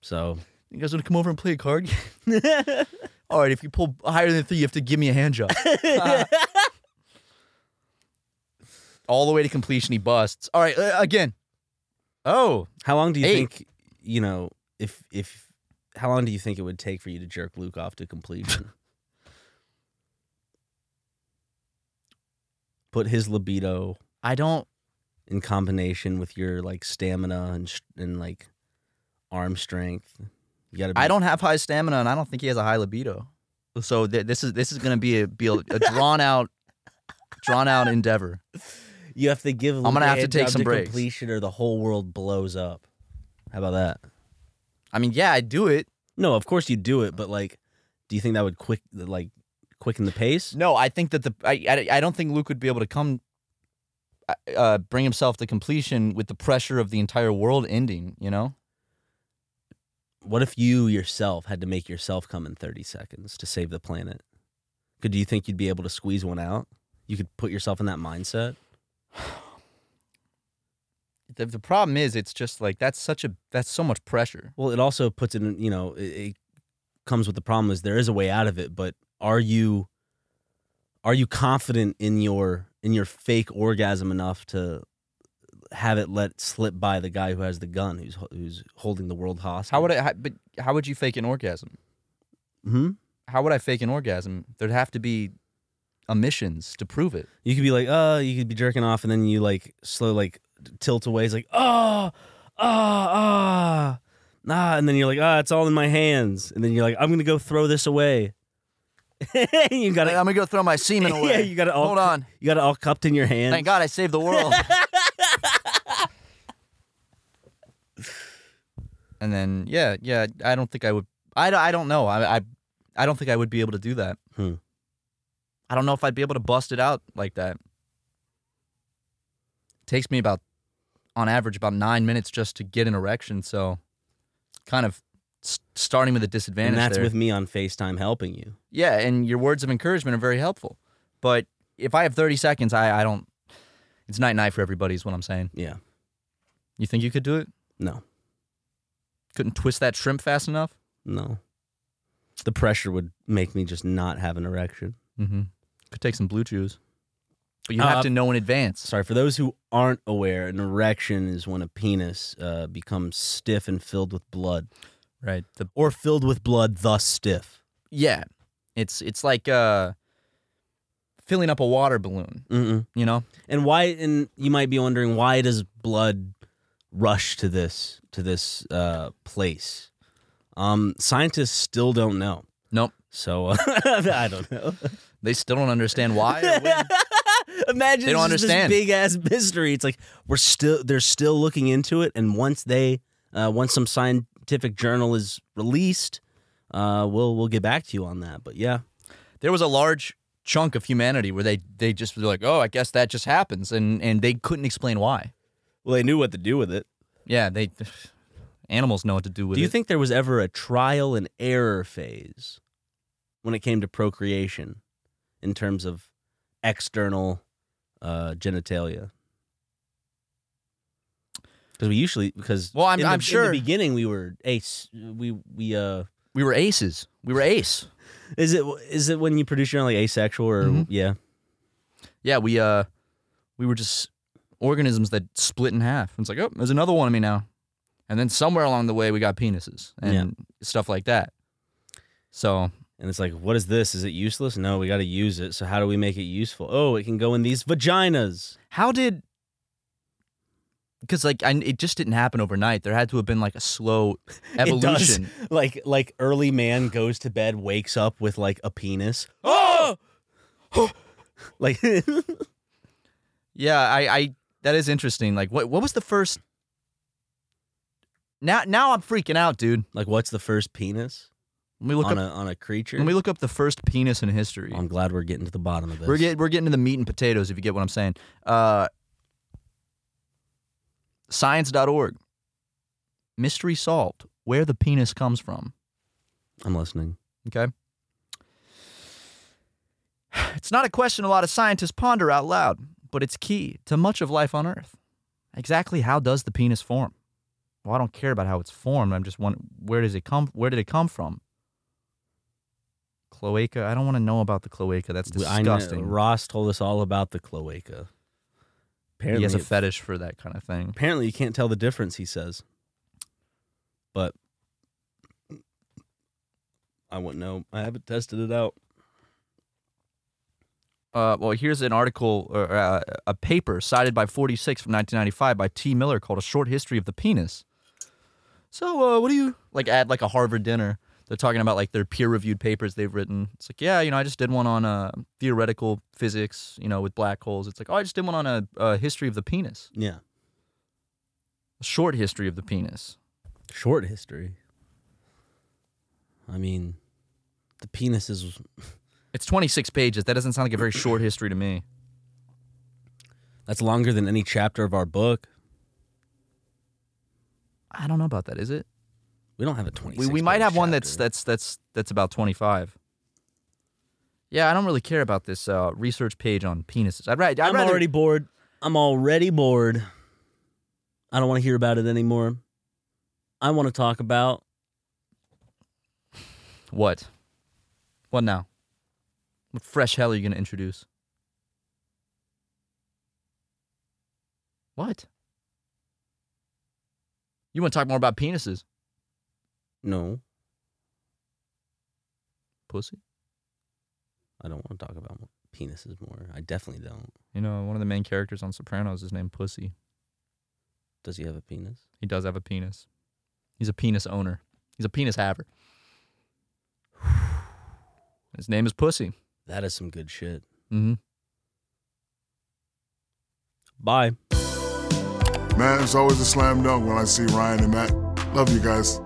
Speaker 1: So
Speaker 2: you guys want to come over and play a card game? All right, if you pull higher than three, you have to give me a hand job. All the way to completion, he busts. All right, uh, again. Oh,
Speaker 1: How long do you
Speaker 2: Hey.
Speaker 1: think you know if if how long do you think it would take for you to jerk Luke off to completion? Put his libido
Speaker 2: I don't.
Speaker 1: in combination with your like stamina and sh- and like arm strength. You gotta. Be,
Speaker 2: I don't have high stamina, and I don't think he has a high libido. So th- this is this is going to be a be a, a drawn out, drawn out endeavor.
Speaker 1: You have to give. Luke
Speaker 2: gonna
Speaker 1: a
Speaker 2: have to take
Speaker 1: handjob
Speaker 2: some breaks.
Speaker 1: Completion, or the whole world blows up. How about that?
Speaker 2: I mean, yeah, I do it.
Speaker 1: No, of course you do it, but like, do you think that would quick like quicken the pace?
Speaker 2: No, I think that the I I, I don't think Luke would be able to come, uh, bring himself to completion with the pressure of the entire world ending. You know.
Speaker 1: What if you yourself had to make yourself come in 30 seconds to save the planet? Could do you think you'd be able to squeeze one out? You could put yourself in that mindset.
Speaker 2: the, the problem is it's just like that's such a that's so much pressure
Speaker 1: Well, it also puts it in, you know, it, it comes with the problem is there is a way out of it, but are you are you confident in your in your fake orgasm enough to have it let slip by the guy who has the gun who's ho- who's holding the world hostage?
Speaker 2: how would i how, but how would you fake an orgasm
Speaker 1: hmm?
Speaker 2: how would i fake an orgasm there'd have to be omissions to prove it
Speaker 1: You could be like, uh, you could be jerking off, and then you like slow, like tilt away. It's like, ah, ah, ah, nah, and then you're like, ah, it's all in my hands, and then you're like, I'm gonna go throw this away. you got it.
Speaker 2: gonna go throw my semen
Speaker 1: Yeah, you got it all.
Speaker 2: Hold on.
Speaker 1: you got it all cupped in your hands.
Speaker 2: god i saved the world and then yeah yeah i don't think i would i, don't- I don't know I, I i don't think i would be able to do that
Speaker 1: Hmm.
Speaker 2: i don't know if i'd be able to bust it out like that takes me about on average about nine minutes just to get an erection so kind of s- starting with a disadvantage
Speaker 1: and that's
Speaker 2: there.
Speaker 1: with me on Facetime helping you.
Speaker 2: Yeah, and your words of encouragement are very helpful. But if I have 30 seconds, I, I don't. It's night night for everybody, is what I'm saying.
Speaker 1: Yeah.
Speaker 2: You think you could do it?
Speaker 1: No.
Speaker 2: Couldn't twist that shrimp fast enough?
Speaker 1: No. The pressure would make me just not have an erection.
Speaker 2: Mm-hmm. Could take some blue chews. But you
Speaker 1: Uh,
Speaker 2: have to know in advance.
Speaker 1: Sorry, for those who aren't aware, an erection is when a penis uh, becomes stiff and filled with blood.
Speaker 2: Right. The
Speaker 1: or filled with blood, thus stiff.
Speaker 2: yeah, it's it's like uh, filling up a water balloon.
Speaker 1: Mm-mm.
Speaker 2: You know,
Speaker 1: And why? And you might be wondering why does blood rush to this to this uh, place? Um, scientists still don't know.
Speaker 2: Nope.
Speaker 1: So uh, I don't know.
Speaker 2: they still don't understand why. Or when.
Speaker 1: Imagine
Speaker 2: They don't
Speaker 1: just
Speaker 2: understand.
Speaker 1: this big ass mystery. It's like we're still they're still looking into it, and once they uh, once some scientific journal is released, uh, we'll we'll get back to you on that. But yeah,
Speaker 2: there was a large chunk of humanity where they they just were like, oh, I guess that just happens, and and they couldn't explain why.
Speaker 1: well, they knew what to do with it.
Speaker 2: Yeah, they animals know what to do with
Speaker 1: Do you
Speaker 2: it.
Speaker 1: think there was ever a trial and error phase when it came to procreation in terms of external uh, genitalia? because we usually because
Speaker 2: Well, I'm-
Speaker 1: in the-
Speaker 2: I'm
Speaker 1: in
Speaker 2: sure-
Speaker 1: the beginning we were ace we we uh
Speaker 2: We were aces. We were ace.
Speaker 1: is it is it when you produce you're only asexual or
Speaker 2: Mhm.
Speaker 1: yeah
Speaker 2: Yeah, we uh, we were just organisms that split in half. It's like, oh, there's another one of me now. And then somewhere along the way, we got penises and stuff like that. So
Speaker 1: and it's like what is this is it useless no we got to use it so how do we make it useful oh it can go in these vaginas
Speaker 2: how did? Because like I, it just didn't happen overnight. There had to have been like a slow
Speaker 1: does.
Speaker 2: evolution.
Speaker 1: like like early man goes to bed wakes up with like a penis
Speaker 2: Oh,
Speaker 1: like
Speaker 2: yeah. I, I that is interesting. Like, what what was the first? Now now I'm freaking out, dude.
Speaker 1: like what's the first penis
Speaker 2: Let me look
Speaker 1: on
Speaker 2: up.
Speaker 1: a on a creature
Speaker 2: Let me look up the first penis in history.
Speaker 1: I'm glad we're getting to the bottom of this
Speaker 2: We're get, we're getting to the meat and potatoes if you get what I'm saying. Uh, science.org. Mystery solved. Where the penis comes from.
Speaker 1: I'm listening
Speaker 2: Okay. It's not a question a lot of scientists ponder out loud, but it's key to much of life on Earth. Exactly how does the penis form? Well, I don't care about how it's formed. I'm just wondering where does it come where did it come from? Cloaca. I don't want to know about the cloaca. That's
Speaker 1: We- I know-
Speaker 2: disgusting.
Speaker 1: Ross told us all about the cloaca apparently
Speaker 2: he has a
Speaker 1: it-
Speaker 2: fetish for that kind of thing.
Speaker 1: apparently you can't tell the difference he says but I wouldn't know I haven't tested it out
Speaker 2: Uh, well, here's an article, or uh, a paper cited by 46 from 1995 by T. Miller called "A Short History of the Penis." So, uh, what do you like at like a Harvard dinner? They're talking about like their peer-reviewed papers they've written. It's like, yeah, you know, I just did one on uh, theoretical physics, you know, with black holes. It's like, oh, I just did one on a, a history of the penis,
Speaker 1: yeah
Speaker 2: a short history of the penis.
Speaker 1: Short history. I mean, the penis is
Speaker 2: It's 26 pages. That doesn't sound like a very short history to me.
Speaker 1: that's longer than any chapter of our book.
Speaker 2: I don't know about that. Is it?
Speaker 1: We don't have a twenty.
Speaker 2: we, we might have one that's that's that's that's about 25 yeah i don't really care about this uh, research page on penises i'd, ra- I'd
Speaker 1: I'm
Speaker 2: rather
Speaker 1: already bored. I'm already bored. I don't want to hear about it anymore. I want to talk about
Speaker 2: what what now what fresh hell are you going to introduce what you want to talk more about penises
Speaker 1: no.
Speaker 2: pussy
Speaker 1: I don't want to talk about penises more. I definitely don't.
Speaker 2: you know one of the main characters on sopranos is named pussy
Speaker 1: Does he have a penis?
Speaker 2: he does have a penis he's a penis owner he's a penis haver his name is pussy
Speaker 1: That is some good shit.
Speaker 2: Mm-hmm.
Speaker 1: Bye.
Speaker 7: Man, it's always a slam dunk when I see Ryan and Matt. Love you guys.